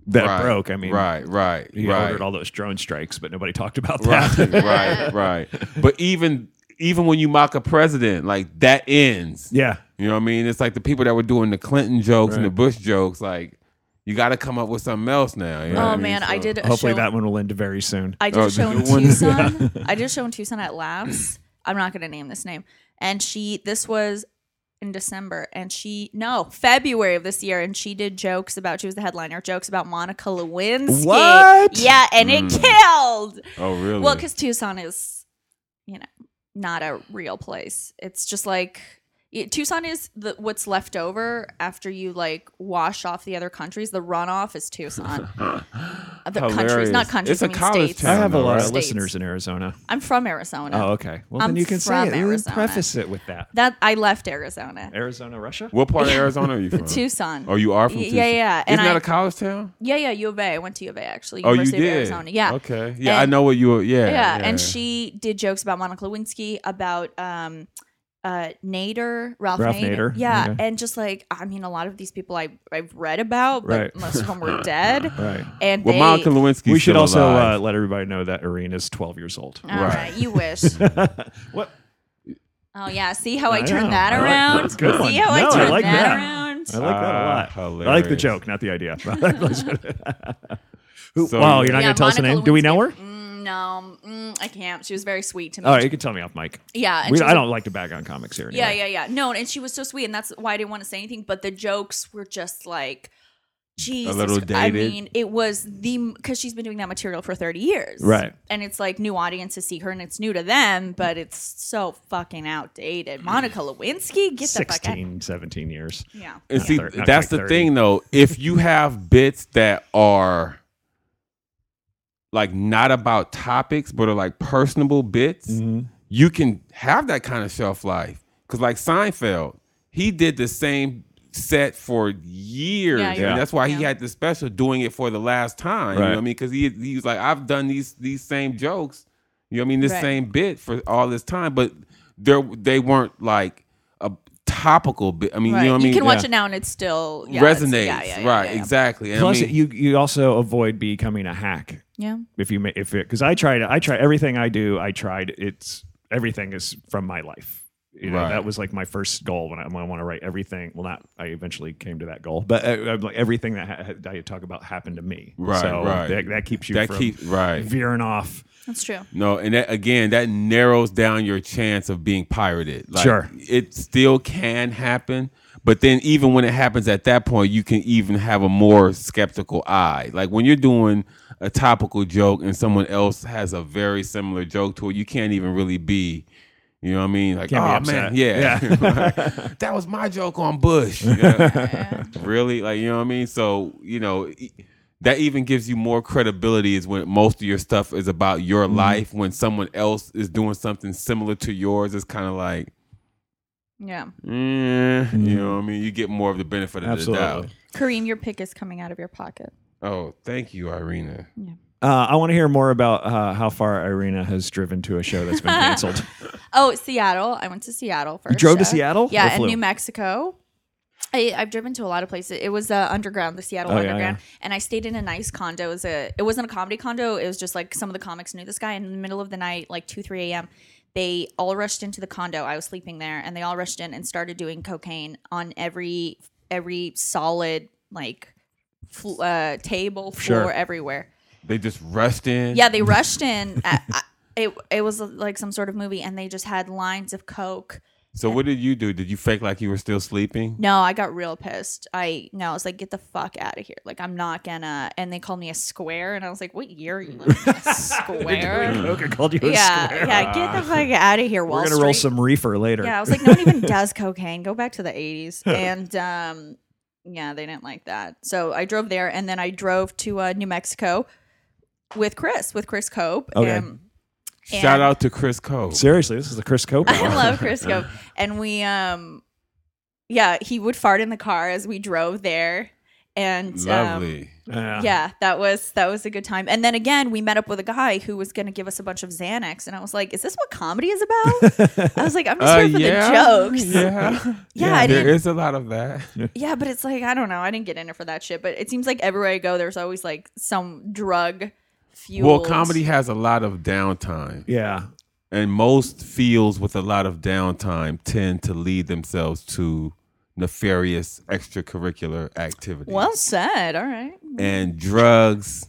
Speaker 6: that
Speaker 5: Right,
Speaker 6: broke. I mean,
Speaker 5: right, right,
Speaker 6: He
Speaker 5: right.
Speaker 6: ordered all those drone strikes, but nobody talked about that.
Speaker 5: right, right, right. But even even when you mock a president, like that ends.
Speaker 6: yeah.
Speaker 5: You know what I mean? It's like the people that were doing the Clinton jokes and the Bush jokes, like you got to come up with something else now. you know what
Speaker 4: Oh
Speaker 5: mean?
Speaker 4: man, I
Speaker 5: So-
Speaker 4: did a
Speaker 6: Hopefully
Speaker 4: show.
Speaker 6: that one will end very soon.
Speaker 4: I did
Speaker 5: Oh,
Speaker 4: a show
Speaker 5: the
Speaker 4: in
Speaker 5: new one?
Speaker 4: Tucson. I did a show in Tucson at Labs. I'm not going to name this name. And she, this was in December, and she, no, February of this year, and she did jokes about, she was the headliner, jokes about Monica Lewinsky.
Speaker 6: What?
Speaker 4: Yeah, and
Speaker 5: Mm.
Speaker 4: it killed.
Speaker 5: Oh really?
Speaker 4: Well, because Tucson is, you know, not a real place. It's just like it, Tucson is the what's left over after you like wash off the other countries. The runoff is Tucson. Other countries, not
Speaker 5: Hilarious.
Speaker 4: countries.
Speaker 5: It's
Speaker 4: I
Speaker 5: a
Speaker 4: mean
Speaker 5: college
Speaker 4: states.
Speaker 5: town.
Speaker 6: I have a lot of
Speaker 4: States.
Speaker 6: listeners in Arizona.
Speaker 4: I'm from Arizona.
Speaker 6: Oh, okay. Well,
Speaker 4: I'm
Speaker 6: then you can say
Speaker 4: from
Speaker 6: it. You can
Speaker 4: Arizona.
Speaker 6: preface it with that.
Speaker 4: That I left Arizona.
Speaker 6: Arizona, Russia?
Speaker 5: what part of Arizona are you from?
Speaker 4: Tucson.
Speaker 5: Oh, you are from
Speaker 4: Y-
Speaker 5: Tucson.
Speaker 4: yeah, yeah, and
Speaker 5: Isn't that
Speaker 4: I-
Speaker 5: a college town?
Speaker 4: yeah, yeah, U of A. I went to U of A actually.
Speaker 5: Oh, you
Speaker 4: University
Speaker 5: did.
Speaker 4: Of Arizona. Yeah.
Speaker 5: Okay. Yeah, I
Speaker 4: And-
Speaker 5: know what you. were- Yeah.
Speaker 4: yeah, and she did jokes about Monica Lewinsky, about um, uh, Nader, Ralph,
Speaker 6: Ralph Nader,
Speaker 4: Yeah,
Speaker 6: okay.
Speaker 4: and just like I mean, a lot of these people I I've read about, but
Speaker 6: Right.
Speaker 4: most of them were dead.
Speaker 6: Right.
Speaker 4: And
Speaker 5: Well,
Speaker 4: they,
Speaker 5: Monica Lewinsky.
Speaker 6: We should also uh, let everybody know that Arena's 12 years old.
Speaker 4: All right,
Speaker 5: Right.
Speaker 4: you wish.
Speaker 6: What?
Speaker 4: Oh yeah, see how I,
Speaker 6: I
Speaker 4: turned
Speaker 6: know.
Speaker 4: that
Speaker 6: I like-
Speaker 4: around.
Speaker 6: that's a good one.
Speaker 4: see how I
Speaker 6: No, I
Speaker 4: turned
Speaker 6: like
Speaker 4: that,
Speaker 6: that.
Speaker 4: around.
Speaker 6: I like that a
Speaker 5: Ah,
Speaker 6: lot. Uh, I like the
Speaker 5: hilarious.
Speaker 6: joke, not the idea.
Speaker 5: Who,
Speaker 6: wow, you're not
Speaker 4: Yeah,
Speaker 6: going to tell us the
Speaker 4: Monica
Speaker 6: name? Do we
Speaker 4: Lewinsky.
Speaker 6: know her?
Speaker 4: Mm, no, mm, I can't. She was very sweet to me.
Speaker 6: Oh, you can tell me off mic.
Speaker 4: Yeah, and
Speaker 6: We,
Speaker 4: she was
Speaker 6: I
Speaker 4: a-
Speaker 6: don't like to bag on comics here.
Speaker 4: Yeah,
Speaker 6: anyway.
Speaker 4: yeah, yeah. No, and she was so sweet, and that's why I didn't want to say anything. But the jokes were just like, Jesus.
Speaker 5: little
Speaker 4: I
Speaker 5: dated.
Speaker 4: mean, it was the because she's been doing that material for thirty years,
Speaker 6: Right.
Speaker 4: And it's like new audiences see her, and it's new to them, but it's so fucking outdated. Monica Lewinsky, get the fuck out.
Speaker 6: 16, 17 years.
Speaker 4: Yeah,
Speaker 5: And
Speaker 6: Not
Speaker 5: see,
Speaker 6: thir- not
Speaker 5: that's
Speaker 6: quite
Speaker 5: the
Speaker 6: 30.
Speaker 5: thing though. If you have bits that are like not about topics, but are like personable bits,
Speaker 6: Mm-hmm.
Speaker 5: you can have that kind of shelf life. Because like Seinfeld, he did the same set for years.
Speaker 4: Yeah,
Speaker 5: and
Speaker 4: yeah.
Speaker 5: That's why he
Speaker 4: Yeah.
Speaker 5: had the special doing it for the last time. You know
Speaker 6: Right.
Speaker 5: what I mean? Because he, he was like, I've done these these same jokes. You know what I mean? This
Speaker 4: Right.
Speaker 5: same bit for all this time, but there they weren't like a topical bit. I mean,
Speaker 4: right.
Speaker 5: you know what I mean?
Speaker 4: you can watch
Speaker 5: Yeah
Speaker 4: it now, and it's still yeah, it's-
Speaker 5: resonates.
Speaker 4: yeah, yeah, yeah,
Speaker 5: right,
Speaker 4: yeah, yeah.
Speaker 5: exactly. And I
Speaker 6: Plus,
Speaker 5: mean-
Speaker 6: you, you also avoid becoming a hack.
Speaker 4: Yeah.
Speaker 6: if you ma- if it because I tried I try everything I do I tried it's everything is from my life. You know,
Speaker 5: Right.
Speaker 6: that was like my first goal when I, when I want to write everything. Well, not I eventually came to that goal, but uh, I'm like everything that ha- that I talk about happened to me.
Speaker 5: Right,
Speaker 6: so
Speaker 5: right.
Speaker 6: That, that keeps you
Speaker 5: that
Speaker 6: from
Speaker 5: keeps right.
Speaker 6: veering off.
Speaker 4: that's true.
Speaker 5: No, and that, again, that narrows down your chance of being pirated. Like,
Speaker 6: Sure.
Speaker 5: it still can happen, but then even when it happens at that point, you can even have a more skeptical eye. Like when you're doing a topical joke and someone else has a very similar joke to it, you can't even really be. You know what I mean? Like,
Speaker 6: Can't be
Speaker 5: oh
Speaker 6: upset."
Speaker 5: man, yeah, that was my joke on Bush. You know? really like you know what i mean so you know e- that even gives you more credibility is when most of your stuff is about your
Speaker 6: Mm-hmm.
Speaker 5: life when someone else is doing something similar to yours it's kind of like
Speaker 4: Yeah,
Speaker 5: eh, you know what i mean you get more of the benefit of
Speaker 6: Mm-hmm. Absolutely.
Speaker 5: the doubt
Speaker 4: Kareem, your pick is coming out of your pocket.
Speaker 5: oh thank you irena
Speaker 6: Uh, I want to hear more about uh, how far Irina has driven to a show that's been canceled.
Speaker 4: Oh, Seattle. I went to Seattle first.
Speaker 6: drove to Seattle? Or
Speaker 4: Yeah, and
Speaker 6: flew?
Speaker 4: New Mexico. I, I've driven to a lot of places. It was uh, underground, the Seattle
Speaker 6: Oh, yeah,
Speaker 4: underground, and I stayed in a nice condo. It, was a, it wasn't a comedy condo. It was just like some of the comics knew this guy. And in the middle of the night, like two, three a.m., They all rushed into the condo. I was sleeping there, and they all rushed in and started doing cocaine on every every solid like fl- uh, table floor
Speaker 6: Sure.
Speaker 4: everywhere.
Speaker 5: They just rushed in.
Speaker 4: Yeah, they rushed in. At, I, it it was like some sort of movie, and they just had lines of coke.
Speaker 5: So what did you do? Did you fake like you were still sleeping?
Speaker 4: No, I got real pissed. I no, I was like, get the fuck out of here. Like I'm not gonna. And they called me a square, and I was like, what year are you living? in? square.
Speaker 6: Coca called you a
Speaker 4: Yeah,
Speaker 6: square.
Speaker 4: yeah. Get the fuck out of here, Wall
Speaker 6: We're gonna roll
Speaker 4: Street.
Speaker 6: some reefer later.
Speaker 4: Yeah, I was like, no one even does cocaine. Go back to the eighties. And um, yeah, they didn't like that. So I drove there, and then I drove to uh, New Mexico with Chris, with Chris Cope.
Speaker 6: Okay.
Speaker 4: Um,
Speaker 5: Shout
Speaker 4: and-
Speaker 5: out to Chris Cole.
Speaker 6: Seriously, this is the Chris Cope.
Speaker 4: I love Crisco. And we um yeah, he would fart in the car as we drove there. And
Speaker 5: Lovely.
Speaker 4: Um, yeah, that was that was a good time. And then again, we met up with a guy who was going to give us a bunch of Xanax, and I was like, "Is this what comedy is about?" I was like, "I'm just
Speaker 5: Uh,
Speaker 4: here for
Speaker 5: yeah,
Speaker 4: the jokes." Yeah.
Speaker 5: Yeah. There
Speaker 4: I didn't.
Speaker 5: is a lot of that.
Speaker 4: Yeah, but it's like I don't know. I didn't get in it for that shit. But it seems like everywhere I go, there's always like some drug fuel.
Speaker 5: Well, comedy has a lot of downtime.
Speaker 6: Yeah.
Speaker 5: And most fields with a lot of downtime tend to lead themselves to nefarious extracurricular activities.
Speaker 4: Well said. All right.
Speaker 5: and drugs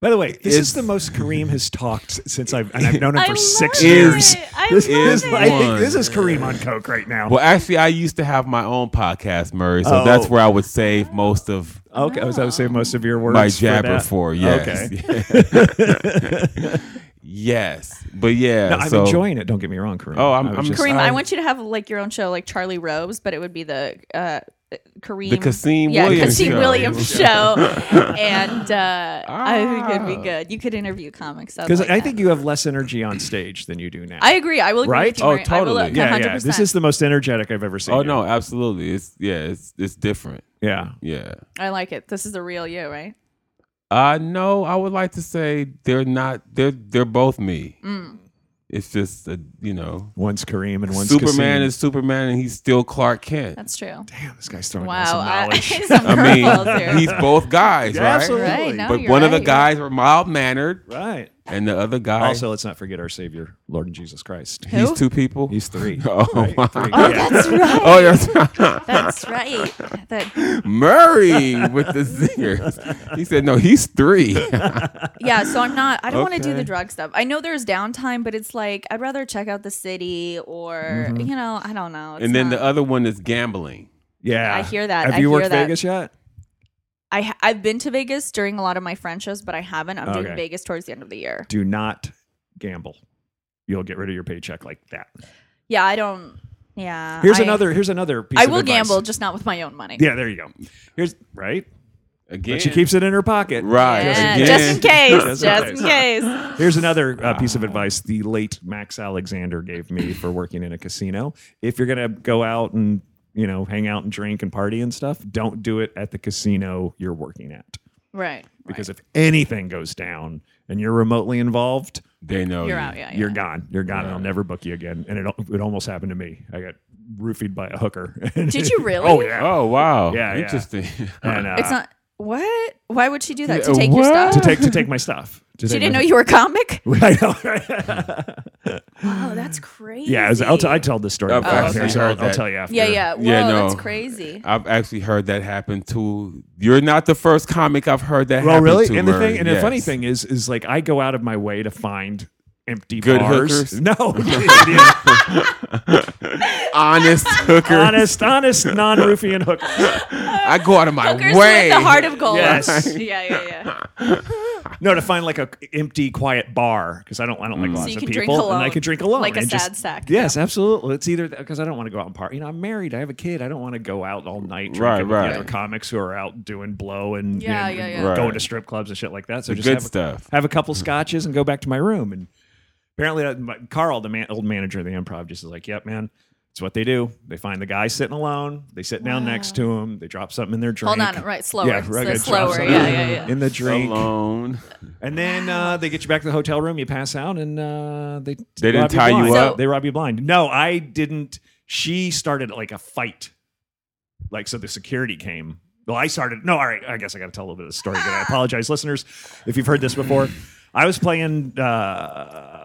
Speaker 6: By the way, this
Speaker 5: It's-
Speaker 6: is the most Kareem has talked since I've and I've known him
Speaker 4: I
Speaker 6: for
Speaker 4: love
Speaker 6: six
Speaker 4: it.
Speaker 6: years.
Speaker 4: I
Speaker 6: This
Speaker 4: love
Speaker 6: is
Speaker 4: it.
Speaker 6: I think
Speaker 5: One.
Speaker 6: this is Kareem on coke right now.
Speaker 5: Well, actually, I used to have my own podcast, Murray, so
Speaker 6: Oh.
Speaker 5: that's where I would save most of
Speaker 6: Okay, I was I would say most of your words.
Speaker 5: my
Speaker 6: for
Speaker 5: jabber
Speaker 6: that.
Speaker 5: for. Yes.
Speaker 6: Okay.
Speaker 5: yes, but yeah.
Speaker 6: No, I'm
Speaker 5: so-
Speaker 6: enjoying it. Don't get me wrong, Kareem.
Speaker 5: Oh, I'm-
Speaker 6: I was
Speaker 5: I'm
Speaker 6: just-
Speaker 4: Kareem,
Speaker 5: I-
Speaker 4: I want you to have like your own show, like Charlie Rose, but it would be the uh, Kareem,
Speaker 5: The Kasim
Speaker 4: yeah,
Speaker 5: Williams
Speaker 4: Kasim
Speaker 5: show.
Speaker 4: Williams show, and uh, I think it'd
Speaker 5: Ah.
Speaker 4: be good. You could interview comics
Speaker 6: because
Speaker 4: because
Speaker 6: I think you have less energy on stage than you do now.
Speaker 4: I agree. I will agree.
Speaker 6: Right?
Speaker 4: With you,
Speaker 5: Oh,
Speaker 4: Maria. I will,
Speaker 5: totally.
Speaker 6: yeah,
Speaker 4: 100%.
Speaker 6: yeah. This is the most energetic I've ever seen.
Speaker 5: Oh
Speaker 6: you.
Speaker 5: no, absolutely. It's yeah, it's it's different.
Speaker 6: Yeah.
Speaker 5: Yeah.
Speaker 4: I like it. This is the real you, right?
Speaker 5: Uh no, I would like to say they're not. They're they're both me.
Speaker 4: Mm.
Speaker 5: It's just a, you know,
Speaker 6: One's Kareem and one's
Speaker 5: Superman
Speaker 6: Kasim.
Speaker 5: is Superman, and he's still Clark Kent.
Speaker 4: That's true.
Speaker 6: Damn, this guy's throwing out
Speaker 4: wow,
Speaker 6: some
Speaker 4: I,
Speaker 6: knowledge.
Speaker 4: some
Speaker 5: I
Speaker 4: curveballs here.
Speaker 5: mean, he's both guys,
Speaker 6: Yeah,
Speaker 5: right?
Speaker 6: absolutely.
Speaker 4: right. No,
Speaker 5: but
Speaker 4: Oh, you're
Speaker 5: one of the
Speaker 4: right.
Speaker 5: guys are mild mannered,
Speaker 6: right.
Speaker 5: and the other guy,
Speaker 6: Also, let's not forget our Savior, Lord and Jesus Christ.
Speaker 5: he's
Speaker 4: Who?
Speaker 5: two people.
Speaker 6: He's three.
Speaker 5: Oh,
Speaker 6: Right?
Speaker 5: my.
Speaker 6: Three.
Speaker 4: Oh,
Speaker 6: Yeah.
Speaker 4: that's right.
Speaker 5: Oh, that's right.
Speaker 4: That's right. That,
Speaker 5: Murray with the zingers. He said, no, he's three.
Speaker 4: yeah. So I'm not. I don't want to do
Speaker 5: Okay.
Speaker 4: the drug stuff. I know there's downtime, but it's like I'd rather check out the city or you know I don't know.
Speaker 5: Mm-hmm.
Speaker 4: It's
Speaker 5: and then
Speaker 4: not-
Speaker 5: the other one is gambling.
Speaker 6: Yeah.
Speaker 4: I hear that.
Speaker 6: Have
Speaker 4: I
Speaker 6: you
Speaker 4: hear
Speaker 6: worked
Speaker 4: that.
Speaker 6: Vegas yet?
Speaker 4: I ha- I've been to Vegas during a lot of my friend shows, but I haven't. I'm
Speaker 6: Okay.
Speaker 4: doing Vegas towards the end of the year.
Speaker 6: Do not gamble. You'll get rid of your paycheck like that.
Speaker 4: Yeah, I don't. Yeah.
Speaker 6: Here's
Speaker 4: Uh, I-
Speaker 6: another. Here's another piece.
Speaker 4: I
Speaker 6: of
Speaker 4: will
Speaker 6: advice.
Speaker 4: gamble, just not with my own money.
Speaker 6: Yeah, there you go. Here's right.
Speaker 5: Again.
Speaker 6: But she keeps it in her pocket.
Speaker 5: Right.
Speaker 4: Yeah,
Speaker 5: Again.
Speaker 4: just in case.
Speaker 6: Just
Speaker 4: Just,
Speaker 6: in
Speaker 4: in case.
Speaker 6: Here's another
Speaker 4: Ah.
Speaker 6: uh, piece of advice the late Max Alexander gave me for working in a casino. If you're gonna go out and you know hang out and drink and party and stuff, don't do it at the casino you're working at
Speaker 4: Right.
Speaker 6: because if anything goes down and you're remotely involved,
Speaker 5: They know.
Speaker 4: You're
Speaker 5: you.
Speaker 4: out. Yeah.
Speaker 6: oh, you're
Speaker 4: yeah.
Speaker 6: gone. You're gone. And I'll never book you again. And it it almost happened to me. I got roofied by a hooker.
Speaker 4: Did you really? Oh.
Speaker 6: oh yeah.
Speaker 5: Oh, wow.
Speaker 6: Yeah, yeah.
Speaker 5: Interesting.
Speaker 6: And, uh,
Speaker 4: It's not. What? Why would she do that? To
Speaker 5: Yeah,
Speaker 4: take your
Speaker 5: what?
Speaker 4: stuff?
Speaker 6: to take to take my stuff. To
Speaker 4: she
Speaker 6: take
Speaker 4: didn't know
Speaker 6: my-
Speaker 4: you were a comic?
Speaker 6: I know. right?
Speaker 4: Oh, that's crazy.
Speaker 6: yeah, I was- I'll t- I told this story.
Speaker 4: Oh,
Speaker 5: I've
Speaker 6: off air,
Speaker 5: actually
Speaker 6: so I'll,
Speaker 5: heard
Speaker 6: I'll
Speaker 5: that.
Speaker 6: tell you after.
Speaker 4: Yeah, yeah. Whoa,
Speaker 5: Yeah, no.
Speaker 4: that's crazy.
Speaker 5: I've actually heard that happen to. You're not the first comic I've heard that
Speaker 6: Well,
Speaker 5: happen
Speaker 6: Oh, really,
Speaker 5: to.
Speaker 6: and the
Speaker 5: Murray.
Speaker 6: thing, and the funny
Speaker 5: Yes.
Speaker 6: thing is, is like I go out of my way to find empty
Speaker 5: Good
Speaker 6: bars.
Speaker 5: hookers?
Speaker 6: No, idiot.
Speaker 5: honest hooker.
Speaker 6: honest, honest, non-Rufian hookers.
Speaker 5: I go out of my
Speaker 4: Hookers
Speaker 5: way.
Speaker 4: with the heart of gold.
Speaker 6: Yes.
Speaker 4: yeah, yeah, yeah.
Speaker 6: No, to find like a empty, quiet bar because I don't, I don't
Speaker 5: Hmm.
Speaker 6: like
Speaker 4: So
Speaker 6: lots
Speaker 4: you
Speaker 6: of
Speaker 4: can
Speaker 6: people,
Speaker 4: drink
Speaker 6: and I
Speaker 4: alone,
Speaker 6: can drink alone,
Speaker 4: like a
Speaker 6: and just-
Speaker 4: sad sack.
Speaker 6: Yes, absolutely. It's either because I don't want to go out and party. You know, I'm married. I have a kid. I don't want to go out all night drinking
Speaker 5: Right,
Speaker 6: with
Speaker 5: right.
Speaker 6: the other comics who are out doing blow and you
Speaker 4: Yeah,
Speaker 6: know,
Speaker 4: yeah,
Speaker 6: and
Speaker 4: yeah.
Speaker 5: Right.
Speaker 6: going to strip clubs and shit like that. So just
Speaker 5: good
Speaker 6: have, a-
Speaker 5: stuff.
Speaker 6: have a couple scotches and go back to my room. And apparently, uh, my, Carl, the man, old manager of the improv, just is like, "Yep, man." It's what they do. They find the guy sitting alone. They sit down next to him. They drop something in their drink.
Speaker 4: Hold on. Right. Slower.
Speaker 6: Yeah,
Speaker 4: So
Speaker 6: right, drop
Speaker 4: slower.
Speaker 6: something
Speaker 4: Yeah, yeah, yeah.
Speaker 6: In the drink.
Speaker 5: Alone.
Speaker 6: And then uh, they get you back to the hotel room. You pass out, and uh, they
Speaker 5: They didn't
Speaker 6: rob
Speaker 5: tie you
Speaker 6: blind.
Speaker 5: up?
Speaker 6: They rob you blind. No, I didn't. She started like a fight, like so. The security came. Well, I started. No, all right. I guess I got to tell a little bit of the story. Again. I apologize, listeners, if you've heard this before. I was playing. Uh,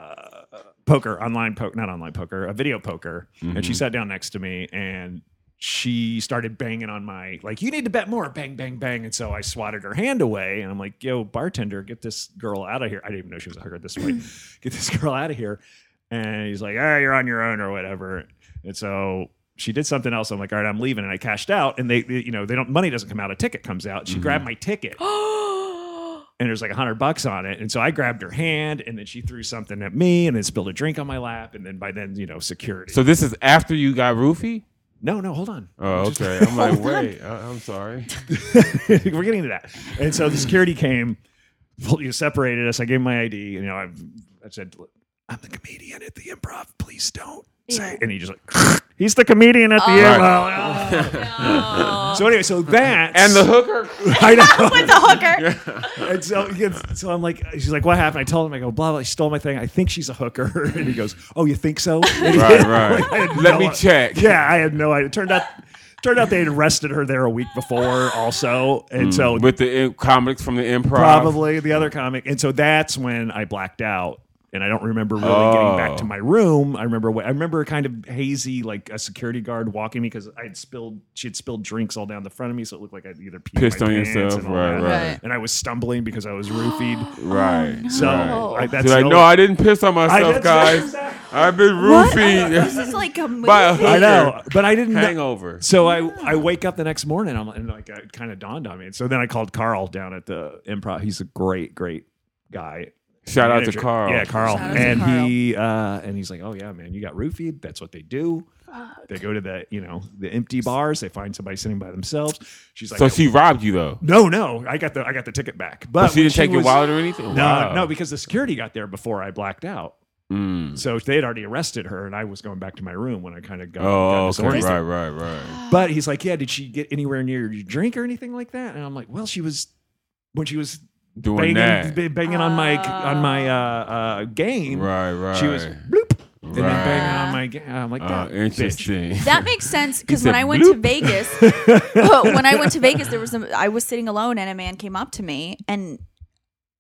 Speaker 6: poker, online poker, not online poker, a video poker. And she sat down next to me and she started banging on my like, you need to bet more, bang, bang, bang. And so I swatted her hand away, and I'm like, yo, bartender, get this girl out of here. I didn't even know she was a hooker at this point. get this girl out of here. And he's like, ah, you're on your own or whatever. And so she did something else. I'm like, all right, I'm leaving, and I cashed out. And they, they- you know, they don't money doesn't come out. A ticket comes out. She grabbed my ticket and there's like a hundred bucks on it. And so I grabbed her hand, and then she threw something at me, and then spilled a drink on my lap, and then by then, you know, security.
Speaker 5: So this is after you got roofie.
Speaker 6: no, no, hold on,
Speaker 5: Oh, okay. I'm like, wait. I- I'm sorry.
Speaker 6: we're getting to that. And so the security came, well, you separated us. I gave my ID, you know, I, I said, "Look, I'm the comedian at the improv. Please don't. Say. And he just like, he's the comedian at the improv. So anyway, so that
Speaker 5: And the hooker.
Speaker 6: I know.
Speaker 4: with the hooker.
Speaker 6: And so, he gets- so I'm like, she's like, what happened? I told him, I go, blah, blah, she stole my thing. I think she's a hooker. And he goes, oh, you think so? And he-
Speaker 5: Right, right.
Speaker 6: had
Speaker 5: Let
Speaker 6: no
Speaker 5: me
Speaker 6: i-
Speaker 5: check.
Speaker 6: yeah, I had no idea. It turned out, turned out they had arrested her there a week before also. And so
Speaker 5: Hmm. Oh, With the in- comics from the improv.
Speaker 6: probably the other comic. And so that's when I blacked out. And I don't remember really getting back
Speaker 5: Oh.
Speaker 6: to my room. I remember wh- I remember kind of hazy, like a security guard walking me because I had spilled she had spilled drinks all down the front of me, so it looked like I'd either peed
Speaker 5: Pissed
Speaker 6: my
Speaker 5: on
Speaker 6: pants
Speaker 5: yourself,
Speaker 6: and all
Speaker 5: right,
Speaker 6: that.
Speaker 4: right. Right.
Speaker 6: And I was stumbling because I was roofied.
Speaker 5: Right.
Speaker 6: So
Speaker 5: right.
Speaker 6: I, that's
Speaker 5: She's like,
Speaker 6: the
Speaker 5: no,
Speaker 6: only-
Speaker 5: I didn't piss on myself,
Speaker 6: that's-
Speaker 5: guys. I've been
Speaker 4: What? This
Speaker 5: roofied.
Speaker 4: is like a movie.
Speaker 5: By a hooker.
Speaker 6: I know, but I didn't know-
Speaker 5: Hangover.
Speaker 6: So I, I wake up the next morning I'm, and like it kind of dawned on me. And so then I called Carl down at the improv. He's a great, great guy.
Speaker 5: Shout out to
Speaker 6: manager.
Speaker 5: Carl.
Speaker 6: Yeah, Carl.
Speaker 4: Shout out to
Speaker 6: and
Speaker 4: Carl.
Speaker 6: he uh, and he's like, oh yeah, man, you got roofied. That's what they do.
Speaker 4: Uh,
Speaker 6: They go to the you know the empty bars. They find somebody sitting by themselves. She's like,
Speaker 5: So she robbed you though.
Speaker 6: no, no, I got the I got the ticket back. But
Speaker 5: But she
Speaker 6: when
Speaker 5: didn't take your
Speaker 6: was-
Speaker 5: wallet or anything.
Speaker 6: No, no, because the security got there before I blacked out.
Speaker 5: Mm.
Speaker 6: So they had already arrested her, and I was going back to my room when I kind of got, got
Speaker 5: Oh, okay.
Speaker 6: disoriented.
Speaker 5: Right, right, right.
Speaker 6: But he's like, yeah, did she get anywhere near your drink or anything like that? And I'm like, well, she was when she was
Speaker 5: Doing
Speaker 6: banging
Speaker 5: that.
Speaker 6: ba- banging on my on my uh, uh, game.
Speaker 5: Right, right.
Speaker 6: She was bloop and then banging on my game. I'm like,
Speaker 5: Uh,
Speaker 6: that bitch.
Speaker 5: interesting.
Speaker 4: That makes sense because
Speaker 5: He
Speaker 4: when
Speaker 5: said
Speaker 4: I went to
Speaker 5: bloop.
Speaker 4: Vegas, when I went to Vegas, there was a, I was sitting alone and a man came up to me and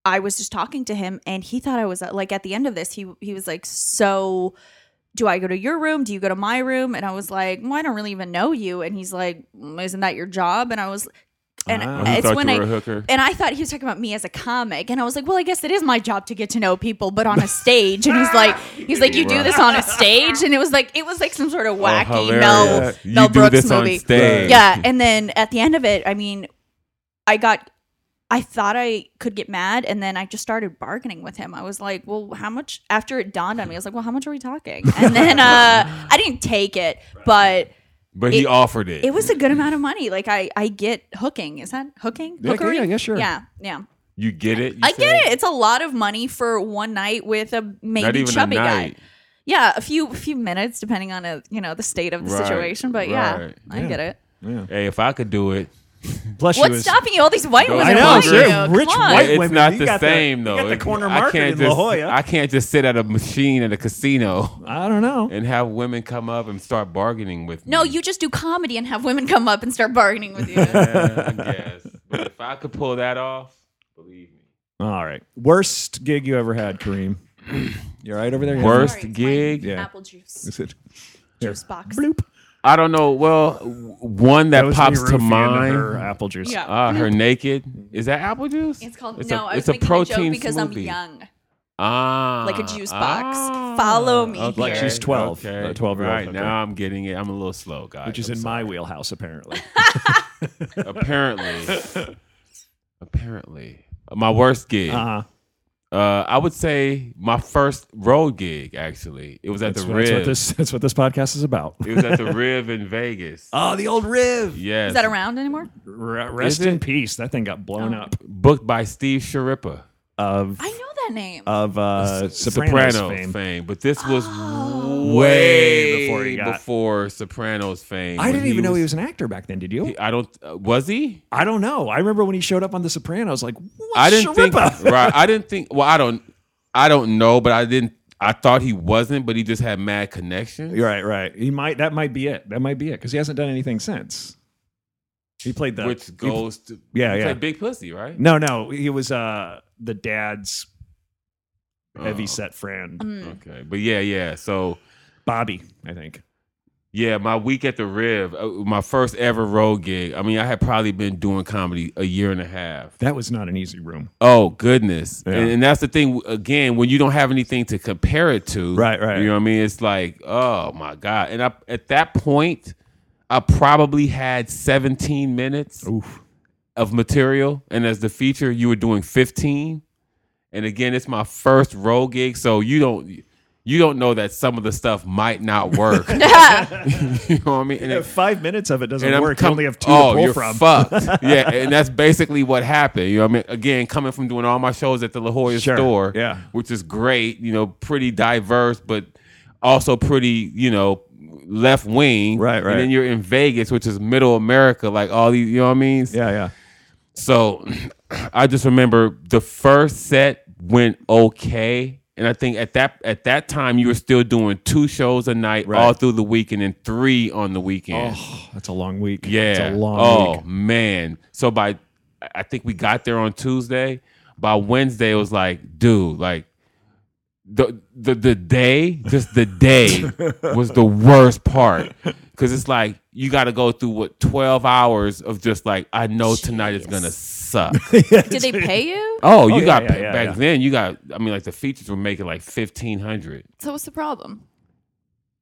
Speaker 4: I was just talking to him and he thought I was uh, like at the end of this he he was like so do I go to your room? Do you go to my room? And I was like, well, I don't really even know you. And he's like, "Mm, isn't that your job? And I was, and
Speaker 6: Ah.
Speaker 5: Oh, He
Speaker 4: it's
Speaker 5: thought
Speaker 4: when
Speaker 5: you
Speaker 4: I,
Speaker 5: were a hooker.
Speaker 4: and I thought he was talking about me as a comic. And I was like, well, I guess it is my job to get to know people, but on a stage. And he's like, he's like, you do this on a stage? And it was like, it was like some sort
Speaker 6: Oh,
Speaker 4: of wacky Mel,
Speaker 5: Oh, hilarious. You
Speaker 4: Mel
Speaker 5: do
Speaker 4: Brooks
Speaker 5: this on
Speaker 4: movie.
Speaker 5: stage.
Speaker 4: Yeah. And then at the end of it, I mean, I got I thought I could get mad, and then I just started bargaining with him. I was like, "Well, how much?" After it dawned on me, I was like, "Well, how much are we talking?" And then uh, I didn't take it, but
Speaker 5: But he
Speaker 4: It-
Speaker 5: offered it.
Speaker 4: it was a good amount of money. Like I, I get hooking. Is that hooking?
Speaker 6: Yeah,
Speaker 4: Hookery?
Speaker 6: yeah, yeah, sure.
Speaker 4: Yeah, yeah.
Speaker 5: you get it? You
Speaker 4: I
Speaker 5: said?
Speaker 4: get it. It's a lot of money for one night with a maybe
Speaker 5: Not even a
Speaker 4: chubby
Speaker 5: night.
Speaker 4: guy. Yeah, a few few minutes depending on a you know the state of the
Speaker 5: Right,
Speaker 4: situation. But yeah,
Speaker 5: right.
Speaker 4: I get it.
Speaker 5: Hey, if I could do it.
Speaker 6: Plus, she
Speaker 4: What's
Speaker 6: was.
Speaker 4: stopping you? All these white women
Speaker 5: I know,
Speaker 4: want
Speaker 5: sure.
Speaker 4: you. Come
Speaker 6: Rich
Speaker 4: on.
Speaker 6: white-
Speaker 5: it's
Speaker 6: women,
Speaker 5: not
Speaker 6: you
Speaker 5: the
Speaker 6: got the-
Speaker 5: same
Speaker 6: you
Speaker 5: though.
Speaker 6: got the
Speaker 5: It-
Speaker 6: corner
Speaker 5: I
Speaker 6: market
Speaker 5: can't
Speaker 6: in
Speaker 5: just,
Speaker 6: La Jolla.
Speaker 5: I can't just sit at a machine at a casino
Speaker 6: I don't know.
Speaker 5: and have women come up and start bargaining with me.
Speaker 4: No, you just do comedy and have women come up and start bargaining with you.
Speaker 5: I guess. But if I could pull that off, believe me.
Speaker 6: All right, worst gig you ever had, Kareem. You're right over there.
Speaker 5: Worst
Speaker 4: Sorry, it's
Speaker 5: gig?
Speaker 4: my
Speaker 6: Yeah.
Speaker 4: Apple juice.
Speaker 6: Is it?
Speaker 4: Juice box.
Speaker 6: Bloop.
Speaker 5: I don't know. Well, w- one that,
Speaker 6: That was me
Speaker 5: pops to
Speaker 6: roofing into
Speaker 5: mind.
Speaker 6: her Apple juice.
Speaker 4: Yeah.
Speaker 5: Uh, her naked. Is that apple juice?
Speaker 4: Mm-hmm. it's called
Speaker 5: It's a-
Speaker 4: no. I was
Speaker 5: it's a
Speaker 4: making a
Speaker 5: protein
Speaker 4: joke because I'm
Speaker 5: smoothie.
Speaker 4: young.
Speaker 5: Ah,
Speaker 4: Like a juice box.
Speaker 5: ah,
Speaker 4: Follow me
Speaker 6: Like
Speaker 4: here.
Speaker 6: she's 12, a 12-year-old
Speaker 5: Right
Speaker 6: hooker.
Speaker 5: now, I'm getting it. I'm a little slow, guys.
Speaker 6: Which is
Speaker 5: I'm
Speaker 6: in
Speaker 5: sorry.
Speaker 6: my wheelhouse, apparently.
Speaker 5: apparently. apparently, my worst gig.
Speaker 6: Uh-huh.
Speaker 5: Uh, I would say my first road gig. Actually, it was at
Speaker 6: That's,
Speaker 5: the
Speaker 6: that's what
Speaker 5: Riv.
Speaker 6: this. That's what this podcast is about.
Speaker 5: it was at the Riv in Vegas.
Speaker 6: Oh, the old Riv.
Speaker 5: Yes,
Speaker 4: Is that around anymore?
Speaker 6: R- rest
Speaker 5: Is
Speaker 6: in
Speaker 5: it?
Speaker 6: peace. That thing got blown up.
Speaker 5: booked by Steve Sharippa.
Speaker 6: Of
Speaker 4: I know that name.
Speaker 6: of uh,
Speaker 5: Sopranos,
Speaker 6: Sopranos, fame.
Speaker 5: fame. but this was
Speaker 4: Oh.
Speaker 5: way before he
Speaker 6: got-
Speaker 5: before Sopranos fame.
Speaker 6: I
Speaker 5: when
Speaker 6: didn't even know he was an actor back then. Did you?
Speaker 5: I don't. Uh, was he?
Speaker 6: I don't know. I remember when he showed up on The Sopranos. Like, what's
Speaker 5: I didn't
Speaker 6: Sharippa?
Speaker 5: think. Right. I didn't think. Well, I don't. I don't know, but I didn't. I thought he wasn't, but he just had mad connections.
Speaker 6: You're right, right. He might. That might be it. That might be it because he hasn't done anything since. He played the
Speaker 5: Which goes to
Speaker 6: Yeah,
Speaker 5: he
Speaker 6: yeah.
Speaker 5: played Big Pussy, right?
Speaker 6: No, no. He was uh the dad's.
Speaker 5: Oh,
Speaker 6: heavy set friend,
Speaker 5: Okay, but yeah, yeah. So
Speaker 6: Bobby. I think.
Speaker 5: yeah, my week at the Riv, uh, my first ever road gig. I mean, I had probably been doing comedy a year and a half.
Speaker 6: That was not an easy room.
Speaker 5: Oh goodness!
Speaker 6: Yeah.
Speaker 5: And, and that's the thing again when you don't have anything to compare it to.
Speaker 6: Right, right.
Speaker 5: You know what I mean? It's like oh my god! And I, at that point, I probably had 17 minutes
Speaker 6: Oof.
Speaker 5: of material, and as the feature, you were doing 15. And again, it's my first road gig, so you don't you don't know that some of the stuff might not work. you know what I mean? And it-
Speaker 6: Five minutes of it doesn't
Speaker 5: I'm
Speaker 6: work.
Speaker 5: com-
Speaker 6: you only have two
Speaker 5: oh,
Speaker 6: to pull
Speaker 5: you're
Speaker 6: from.
Speaker 5: Fucked. yeah, and that's basically what happened. You know, what I mean, again, coming from doing all my shows at the La Jolla
Speaker 6: Sure,
Speaker 5: store,
Speaker 6: yeah.
Speaker 5: which is great. You know, pretty diverse, but also pretty, you know, left wing.
Speaker 6: Right, right.
Speaker 5: And then you're in Vegas, which is middle America, like all these. You know what I mean?
Speaker 6: yeah, yeah.
Speaker 5: So I just remember the first set went okay. And I think at that at that time you were still doing two shows a night
Speaker 6: Right.
Speaker 5: all through the week and then three on the weekend.
Speaker 6: Oh, that's a long week.
Speaker 5: Yeah.
Speaker 6: it's a long
Speaker 5: oh
Speaker 6: week.
Speaker 5: man. So by I think we got there on Tuesday. By Wednesday it was like, dude, like the the the day, just the day was the worst part. Cause it's like you gotta go through what twelve hours of just like, I know tonight is gonna suck.
Speaker 4: Did they pay you?
Speaker 5: oh, you
Speaker 6: yeah,
Speaker 5: got
Speaker 6: yeah, yeah,
Speaker 5: back
Speaker 6: yeah.
Speaker 5: then you got I mean like the features were making like fifteen hundred
Speaker 4: So what's the problem?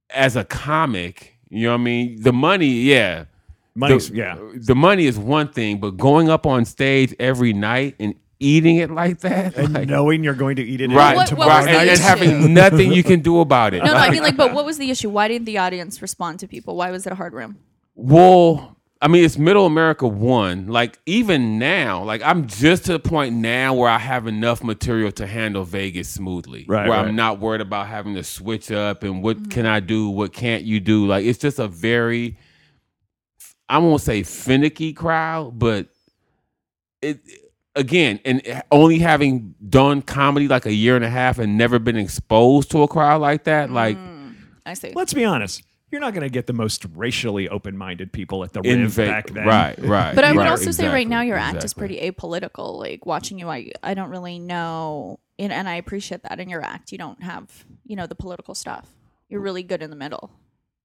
Speaker 5: as a comic, you know what I mean? The money, yeah.
Speaker 6: Money's
Speaker 5: the,
Speaker 6: yeah.
Speaker 5: The money is one thing, but going up on stage every night and eating it like that, like,
Speaker 6: Knowing you're going to eat it
Speaker 5: right,
Speaker 4: What-
Speaker 6: again
Speaker 4: what
Speaker 6: tomorrow
Speaker 5: right,
Speaker 4: was
Speaker 5: and,
Speaker 4: the
Speaker 5: and
Speaker 6: night.
Speaker 4: issue?
Speaker 5: having nothing you can do about it.
Speaker 4: No, no, I
Speaker 5: Like,
Speaker 4: mean like, but what was the issue? Why didn't the audience respond to people? Why was it a hard room?
Speaker 5: well, I mean, it's Middle America one. Like even now, like I'm just to the point now where I have enough material to handle Vegas smoothly.
Speaker 6: Right,
Speaker 5: where
Speaker 6: right.
Speaker 5: I'm not worried about having to switch up and what can I do, what can't you do. Like it's just a very I won't say finicky crowd, but it again, and only having done comedy like a year and a half and never been exposed to a crowd like that, like
Speaker 4: Mm. I see.
Speaker 6: Let's be honest. You're not going to get the most racially open-minded people at the
Speaker 5: in
Speaker 6: Riv
Speaker 5: Ve-
Speaker 6: back then.
Speaker 5: right, right.
Speaker 4: But I would
Speaker 5: right,
Speaker 4: also say right now your act is
Speaker 5: exactly.
Speaker 4: pretty apolitical. Like watching you, I I don't really know, and, and I appreciate that in your act. You don't have you know the political stuff. You're really good in the middle.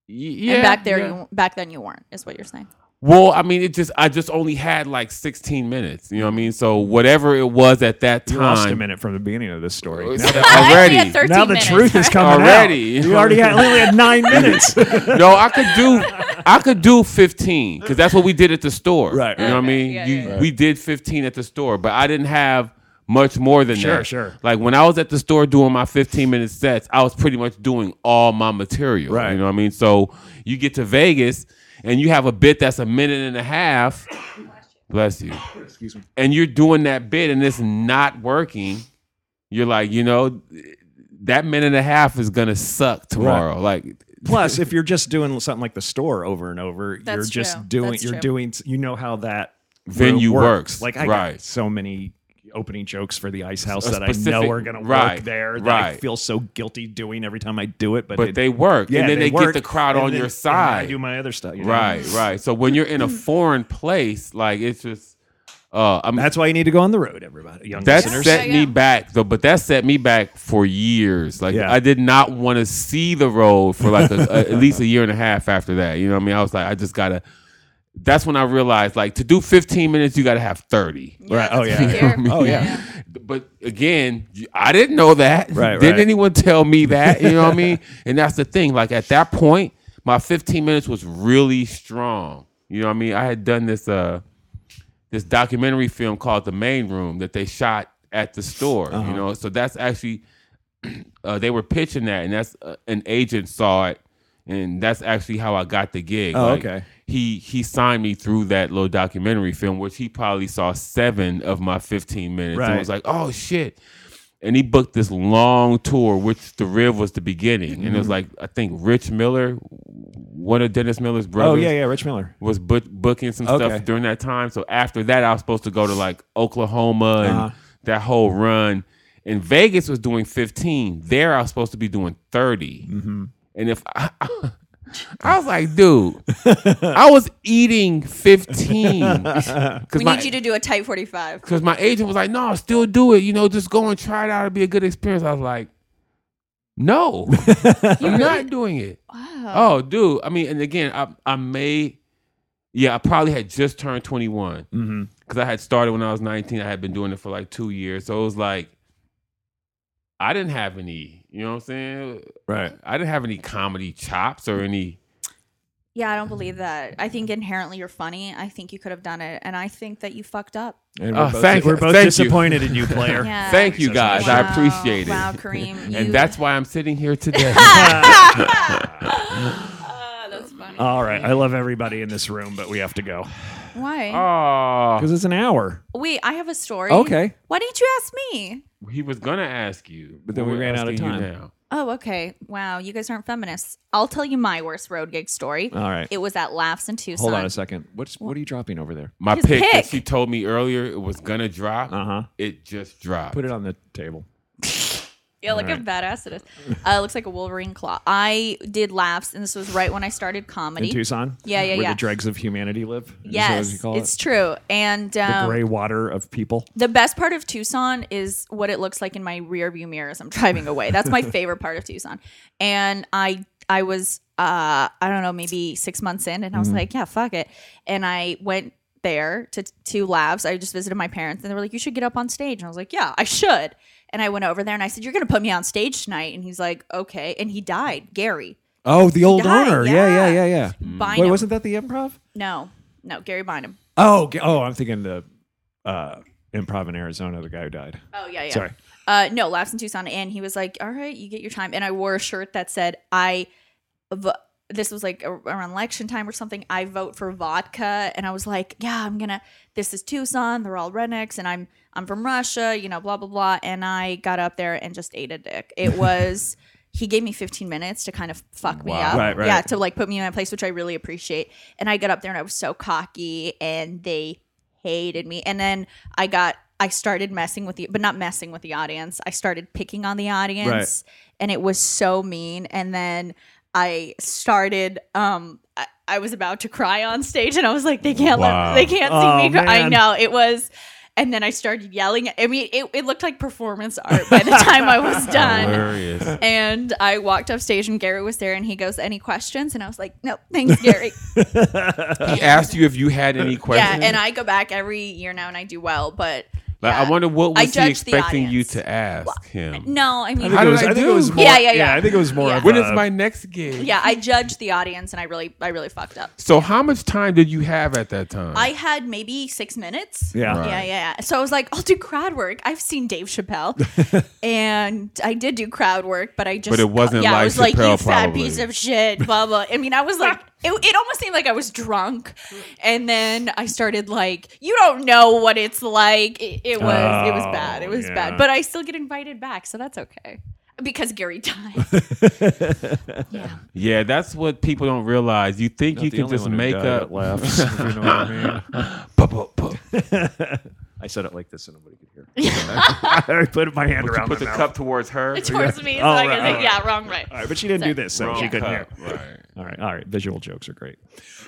Speaker 5: Y- yeah,
Speaker 4: and back there,
Speaker 5: yeah.
Speaker 4: you back then you weren't. Is what you're saying.
Speaker 5: Well, I mean, it just I just only had like 16 minutes. You know what I mean? So whatever it was at that
Speaker 6: You lost a
Speaker 5: time, Oh,
Speaker 6: minute from the beginning of this story.
Speaker 5: it's
Speaker 6: Now,
Speaker 4: I actually
Speaker 5: already.
Speaker 4: had 13
Speaker 6: now the
Speaker 4: minutes.
Speaker 6: truth is coming
Speaker 5: Already.
Speaker 6: out. You already had, only had nine minutes.
Speaker 5: no, I could do I could do 15 because that's what we did at the store.
Speaker 6: Right,
Speaker 5: You know what I mean?
Speaker 4: Yeah,
Speaker 5: you,
Speaker 4: yeah,
Speaker 5: We did 15 at the store, but I didn't have much more than
Speaker 6: Sure,
Speaker 5: that.
Speaker 6: sure.
Speaker 5: Like when I was at the store doing my 15 minute sets, I was pretty much doing all my material.
Speaker 6: Right.
Speaker 5: You know what I mean? So you get to Vegas and you have a bit that's a minute and a half. Bless you.
Speaker 6: Excuse me.
Speaker 5: and you're doing that bit and it's not working, you're like, you know, that minute and a half is gonna suck tomorrow. Like,
Speaker 6: Plus, if you're just doing something like the store over and over,
Speaker 4: That's
Speaker 6: you're just
Speaker 4: true.
Speaker 6: doing.
Speaker 4: That's
Speaker 6: you're
Speaker 4: true.
Speaker 6: doing. You know how that
Speaker 5: Venue
Speaker 6: room
Speaker 5: works.
Speaker 6: Like I got
Speaker 5: Right.
Speaker 6: so many opening jokes for the ice house
Speaker 5: A
Speaker 6: that I know
Speaker 5: specific-
Speaker 6: are going to work
Speaker 5: right,
Speaker 6: there. That I
Speaker 5: right.
Speaker 6: feel so guilty doing every time I do it, but
Speaker 5: but
Speaker 6: it-
Speaker 5: they work,
Speaker 6: yeah,
Speaker 5: and then they, get
Speaker 6: work,
Speaker 5: the crowd
Speaker 6: and
Speaker 5: on
Speaker 6: then-
Speaker 5: your
Speaker 6: and I
Speaker 5: side.
Speaker 6: do my other stuff. you know?
Speaker 5: Right, right. So when you're in
Speaker 6: Mm.
Speaker 5: a foreign place, like it's just, uh, I'm,
Speaker 6: That's why you need to go on the road, everybody. Young
Speaker 5: that
Speaker 6: listeners.
Speaker 5: set
Speaker 4: Yeah, yeah.
Speaker 5: me back though. But that set me back for years. Like
Speaker 6: Yeah.
Speaker 5: I did not want to see the road for like a, a- at least a year and a half after that. You know what I mean? I was like, I just gotta. That's when I realized, like, to do 15 minutes, you gotta have 30.
Speaker 6: Right. Oh yeah.
Speaker 4: Fair.
Speaker 6: Oh, yeah.
Speaker 5: But again, I didn't know that.
Speaker 6: Right,
Speaker 5: Didn't
Speaker 6: right.
Speaker 5: anyone tell me that? You know what I mean? And that's the thing. Like at that point, my 15 minutes was really strong. You know what I mean? I had done this uh this documentary film called The Main Room that they shot at the store.
Speaker 6: Uh-huh.
Speaker 5: You know, so that's actually uh, they were pitching that, and that's uh, an agent saw it, and that's actually how I got the gig.
Speaker 6: Oh, okay.
Speaker 5: He he signed me through that little documentary film, which he probably saw seven of my fifteen minutes, and
Speaker 6: Right.
Speaker 5: was like, "Oh shit." And he booked this long tour, which the Riv was the beginning, and it
Speaker 6: Mm-hmm.
Speaker 5: was like I think Rich Miller, one of Dennis Miller's
Speaker 6: Oh
Speaker 5: brothers,
Speaker 6: yeah, yeah. Rich Miller.
Speaker 5: was book, booking some
Speaker 6: Okay.
Speaker 5: stuff during that time. So after that, I was supposed to go to like Oklahoma and
Speaker 6: Uh-huh.
Speaker 5: that whole run. And
Speaker 6: Mm-hmm.
Speaker 5: Vegas was doing 15. There, I was supposed to be doing 30. And if I, I was like, dude, I was eating 15.
Speaker 4: We need you to do a tight 45.
Speaker 5: Because my agent was like, no, still do it. You know, just go and try it out. It'll be a good experience. I was like, no, I'm not doing it. Oh, dude. I mean, and again, I, I may, yeah, I probably had just turned 21 because
Speaker 6: Mm-hmm.
Speaker 5: I had started when I was 19. I had been doing it for like two years. So it was like, I didn't have any, you know what I'm saying?
Speaker 6: Right.
Speaker 5: I didn't have any comedy chops or any.
Speaker 4: Yeah, I don't believe that. I think inherently you're funny. I think you could have done it. And I think that you fucked up.
Speaker 6: And
Speaker 5: Oh, thank-
Speaker 6: we're both
Speaker 5: thank you.
Speaker 6: disappointed in you, player.
Speaker 4: Yeah.
Speaker 5: Thank you guys. I
Speaker 4: Wow.
Speaker 5: appreciate it.
Speaker 4: Wow, Kareem. you-
Speaker 5: And that's why I'm sitting here today.
Speaker 4: Oh, that's funny.
Speaker 6: All right. I love everybody in this room, but we have to go
Speaker 4: Why?
Speaker 5: oh,
Speaker 6: because it's an hour.
Speaker 4: Wait, I have a story.
Speaker 6: Okay.
Speaker 4: Why didn't you ask me?
Speaker 5: he was gonna ask you, but
Speaker 6: then we ran out of time.
Speaker 5: Now.
Speaker 4: Oh, okay. Wow, you guys aren't feminists. I'll tell you my worst road gig story.
Speaker 6: All right.
Speaker 4: It was at Laughs in Tucson.
Speaker 6: Hold on a second. What's what are you dropping over there?
Speaker 5: My
Speaker 4: His
Speaker 5: pick,
Speaker 4: pick.
Speaker 5: that she told me earlier it was gonna drop.
Speaker 6: Uh huh.
Speaker 5: It just dropped.
Speaker 6: Put it on the table.
Speaker 4: Yeah, like a badass it is. Uh, it looks like a Wolverine claw. I did laughs, and this was right when I started
Speaker 6: In
Speaker 4: comedy.
Speaker 6: Tucson?
Speaker 4: Yeah, yeah,
Speaker 6: Where
Speaker 4: yeah.
Speaker 6: the dregs of humanity live? Is that what you
Speaker 4: yes,
Speaker 6: call
Speaker 4: it's
Speaker 6: it?
Speaker 4: true. And um,
Speaker 6: the gray water of people.
Speaker 4: The best part of Tucson is what it looks like in my rearview mirror as I'm driving away. That's my favorite part of Tucson. And I I was uh I don't know, maybe 6 months in and I was
Speaker 6: Mm-hmm.
Speaker 4: like, yeah, fuck it. And I went there to to labs. I just visited my parents and they were like, "You should get up on stage." And I was like, "Yeah, I should." And I went over there and I said, "You're going to put me on stage tonight." And he's like, "Okay." And he died, Gary.
Speaker 6: Oh, the old
Speaker 4: died,
Speaker 6: owner. Yeah, yeah, yeah,
Speaker 4: yeah.
Speaker 6: yeah.
Speaker 4: Bynum.
Speaker 6: Mm. Wait, wasn't that the improv?
Speaker 4: No. No, Gary Bynum.
Speaker 6: Oh, okay. oh, I'm thinking the uh, improv in Arizona, the guy who died.
Speaker 4: Oh yeah, yeah.
Speaker 6: Sorry.
Speaker 4: Uh, no, laughs in Tucson, and he was like, "All right, you get your time." And I wore a shirt that said, "I." V- this was like a- around election time or something. I vote for vodka, and I was like, "Yeah, I'm gonna." This is Tucson. They're all rednecks, and I'm I'm from Russia. You know, blah blah blah. And I got up there and just ate a dick. It was. He gave me 15 minutes to kind of fuck me
Speaker 5: Wow.
Speaker 4: up.
Speaker 6: Right, right.
Speaker 4: Yeah, to like put me in my place, which I really appreciate. And I got up there and I was so cocky and they hated me. And then I got I started messing with the but not messing with the audience. I started picking on the audience and it was so mean. And then I started um I, I was about to cry on stage and I was like, they can't
Speaker 5: Wow.
Speaker 4: let they can't see
Speaker 6: Oh,
Speaker 4: me cry. I
Speaker 6: man.
Speaker 4: know. It was and then I started yelling. I mean, it, it looked like performance art by the time I was done.
Speaker 5: Hilarious.
Speaker 4: And I walked off stage and Gary was there and he goes, Any questions? And I was like, No, thanks, Gary.
Speaker 5: he asked you if you had any
Speaker 4: yeah.
Speaker 5: questions.
Speaker 4: And I go back every year now and I do well. But
Speaker 5: like,
Speaker 4: yeah.
Speaker 5: I wonder what was
Speaker 4: I
Speaker 5: he
Speaker 4: judge the
Speaker 5: expecting you
Speaker 4: audience.
Speaker 5: to ask him.
Speaker 4: No, I mean,
Speaker 5: How
Speaker 6: it
Speaker 5: did
Speaker 6: was,
Speaker 5: I
Speaker 6: think it
Speaker 5: do?
Speaker 6: was more.
Speaker 4: Yeah, yeah, yeah.
Speaker 6: I think it was more.
Speaker 4: Yeah.
Speaker 6: Of
Speaker 5: When is
Speaker 6: a-
Speaker 5: my next gig?
Speaker 4: yeah, I judged the audience and I really, I really fucked up.
Speaker 5: So how much time did you have at that time?
Speaker 4: I had maybe six minutes.
Speaker 6: Yeah.
Speaker 5: Right.
Speaker 4: Yeah, yeah. So I was like, I'll do crowd work. I've seen Dave Chappelle. and I did do crowd work, but I just.
Speaker 5: But it wasn't
Speaker 4: Yeah, I
Speaker 5: like
Speaker 4: was like, you
Speaker 5: Chappelle,
Speaker 4: fat
Speaker 5: probably."
Speaker 4: piece of shit, blah, blah. I mean, I was like, it, it almost seemed like I was drunk. And then I started like, you don't know what it's like. It, it was, it was
Speaker 6: Oh,
Speaker 4: bad. It was
Speaker 6: yeah.
Speaker 4: bad. But I still get invited back, so that's okay. Because Gary died.
Speaker 5: yeah, that's what people don't realize. You think you
Speaker 6: the
Speaker 5: can
Speaker 6: only
Speaker 5: just
Speaker 6: one who
Speaker 5: make
Speaker 6: died
Speaker 5: up.
Speaker 6: that laughs, if you know what I mean.
Speaker 5: Buh, buh, buh.
Speaker 6: I said it like this, so nobody could hear. I put my hand around
Speaker 5: Put
Speaker 6: my
Speaker 5: the
Speaker 6: mouth.
Speaker 5: cup towards her.
Speaker 4: Towards me. So
Speaker 6: Oh,
Speaker 4: I
Speaker 6: right,
Speaker 4: guess,
Speaker 6: right.
Speaker 4: Yeah, wrong, right.
Speaker 6: All right, but she didn't do this, so she couldn't hear.
Speaker 5: Right.
Speaker 6: All right, all right. Visual jokes are great.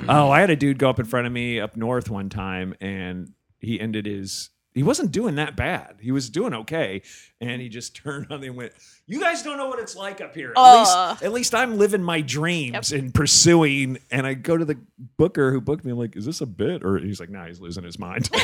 Speaker 6: Oh, I had a dude go up in front of me up north one time, and he ended his. He wasn't doing that bad. He was doing okay, and he just turned on me and went, "You guys don't know what it's like up here. At,
Speaker 4: Ugh.
Speaker 6: least, at least I'm living my dreams and pursuing." And I go to the booker who booked me. I'm like, "Is this a bit?" Or he's like, "Nah, he's losing his mind."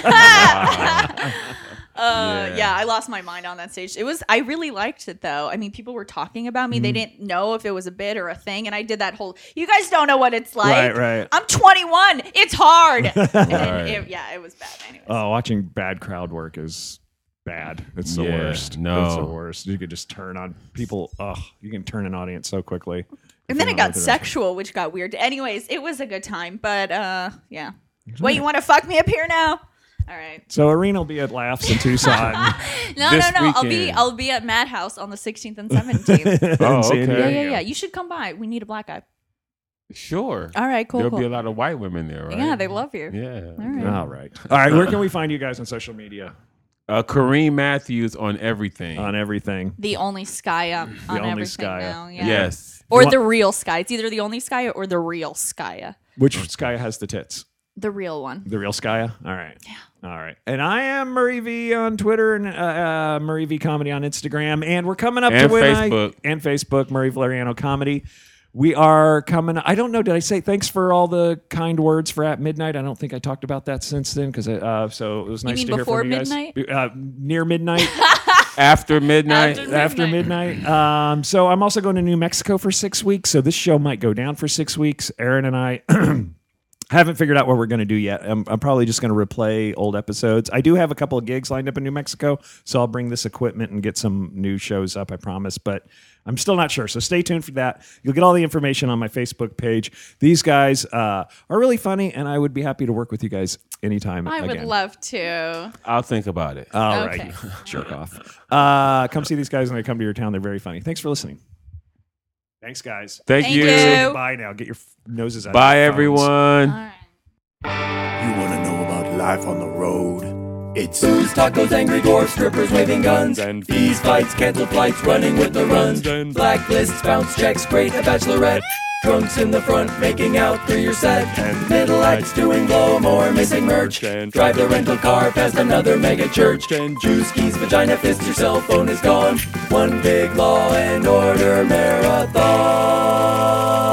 Speaker 4: Uh,
Speaker 5: Yeah.
Speaker 4: yeah. I lost my mind on that stage. It was I really liked it though. I mean, people were talking about me. They didn't know if it was a bit or a thing, and I did that whole. You guys don't know what it's like.
Speaker 6: Right, right.
Speaker 4: I'm 21. It's hard. And
Speaker 5: Right.
Speaker 4: it, yeah, it was bad. Anyway,
Speaker 6: Oh, watching bad crowd work is bad. It's the
Speaker 5: Yeah,
Speaker 6: worst.
Speaker 5: no.
Speaker 6: it's the worst. You could just turn on people. Ugh, you can turn an audience so quickly.
Speaker 4: and then
Speaker 6: If
Speaker 4: it
Speaker 6: you're not
Speaker 4: got
Speaker 6: with
Speaker 4: sexual, which got weird. Anyways, it was a good time, but uh, yeah. Wait, you want to fuck me up here now? All right.
Speaker 6: the- So Irene will be at Laughs in Tucson.
Speaker 4: No,
Speaker 5: This
Speaker 4: no, no. I'll be
Speaker 5: weekend.
Speaker 4: I'll be at Madhouse on the 16th and 17th.
Speaker 5: Oh,
Speaker 6: in San
Speaker 5: okay.
Speaker 6: Diego.
Speaker 4: yeah, yeah, yeah. You should come by. We need a black guy.
Speaker 5: Sure.
Speaker 4: All right, Oh, cool.
Speaker 5: There'll
Speaker 4: cool.
Speaker 5: be a lot of white women there, right?
Speaker 4: yeah, they love you.
Speaker 5: Yeah.
Speaker 4: All right.
Speaker 6: All right. All right. Where can we find you guys on social media?
Speaker 5: Uh, Kareem Matthews on everything.
Speaker 6: on everything.
Speaker 4: The only Skye on, on
Speaker 6: only
Speaker 4: everything
Speaker 6: Skye.
Speaker 4: now. Yeah.
Speaker 5: Yes.
Speaker 4: Or
Speaker 6: You want-
Speaker 4: the real Skye. It's either the only Skye or the real Skye.
Speaker 6: Which Skya has the tits?
Speaker 4: The real one.
Speaker 6: The real Skya? All right. Yeah. All right. And I am Murray V on Twitter and uh, uh, Murray V Comedy on Instagram. And we're coming up
Speaker 5: And
Speaker 6: to when I-
Speaker 5: Facebook.
Speaker 6: and Facebook, Murray Valeriano Comedy. We are coming. I don't know. Did I say thanks for all the kind words for at midnight? I don't think I talked about that since then because uh, so it was nice
Speaker 4: mean
Speaker 6: to hear
Speaker 4: before
Speaker 6: from you guys.
Speaker 4: midnight?
Speaker 6: Uh, near midnight.
Speaker 5: After midnight.
Speaker 4: After-
Speaker 6: after midnight. Um, so I'm also going to New Mexico for six weeks. So this show might go down for six weeks. Aaron and I haven't figured out what we're going to do yet. I'm, I'm probably just going to replay old episodes. I do have a couple of gigs lined up in New Mexico, so I'll bring this equipment and get some new shows up. I promise, but. I'm still not sure, so stay tuned for that. You'll get all the information on my Facebook page. These guys uh, are really funny, and I would be happy to work with you guys anytime.
Speaker 4: I would
Speaker 6: again.
Speaker 4: love to.
Speaker 5: I'll think about
Speaker 4: Uh,
Speaker 5: it.
Speaker 6: All right,
Speaker 4: Okay.
Speaker 6: jerk off. Uh, come see these guys when they come to your town. They're very funny. Thanks for listening. Thanks, guys.
Speaker 5: Thank,
Speaker 4: Thank
Speaker 5: you.
Speaker 4: you.
Speaker 6: Bye now. Get your f- noses out.
Speaker 5: Bye,
Speaker 6: of your phones.
Speaker 5: everyone.
Speaker 4: All right.
Speaker 1: You want to know about life on the road? It's
Speaker 2: Booze, tacos, angry dwarfs, strippers waving guns, and fees, fights, cancel flights, running with the runs, blacklists, bounce checks, great, a bachelorette, drunks in the front, making out through your set, and middle acts doing blow more, missing merch, and drive the rental car past another mega church, and juice keys, vagina fist, your cell phone is gone, one big law and order marathon.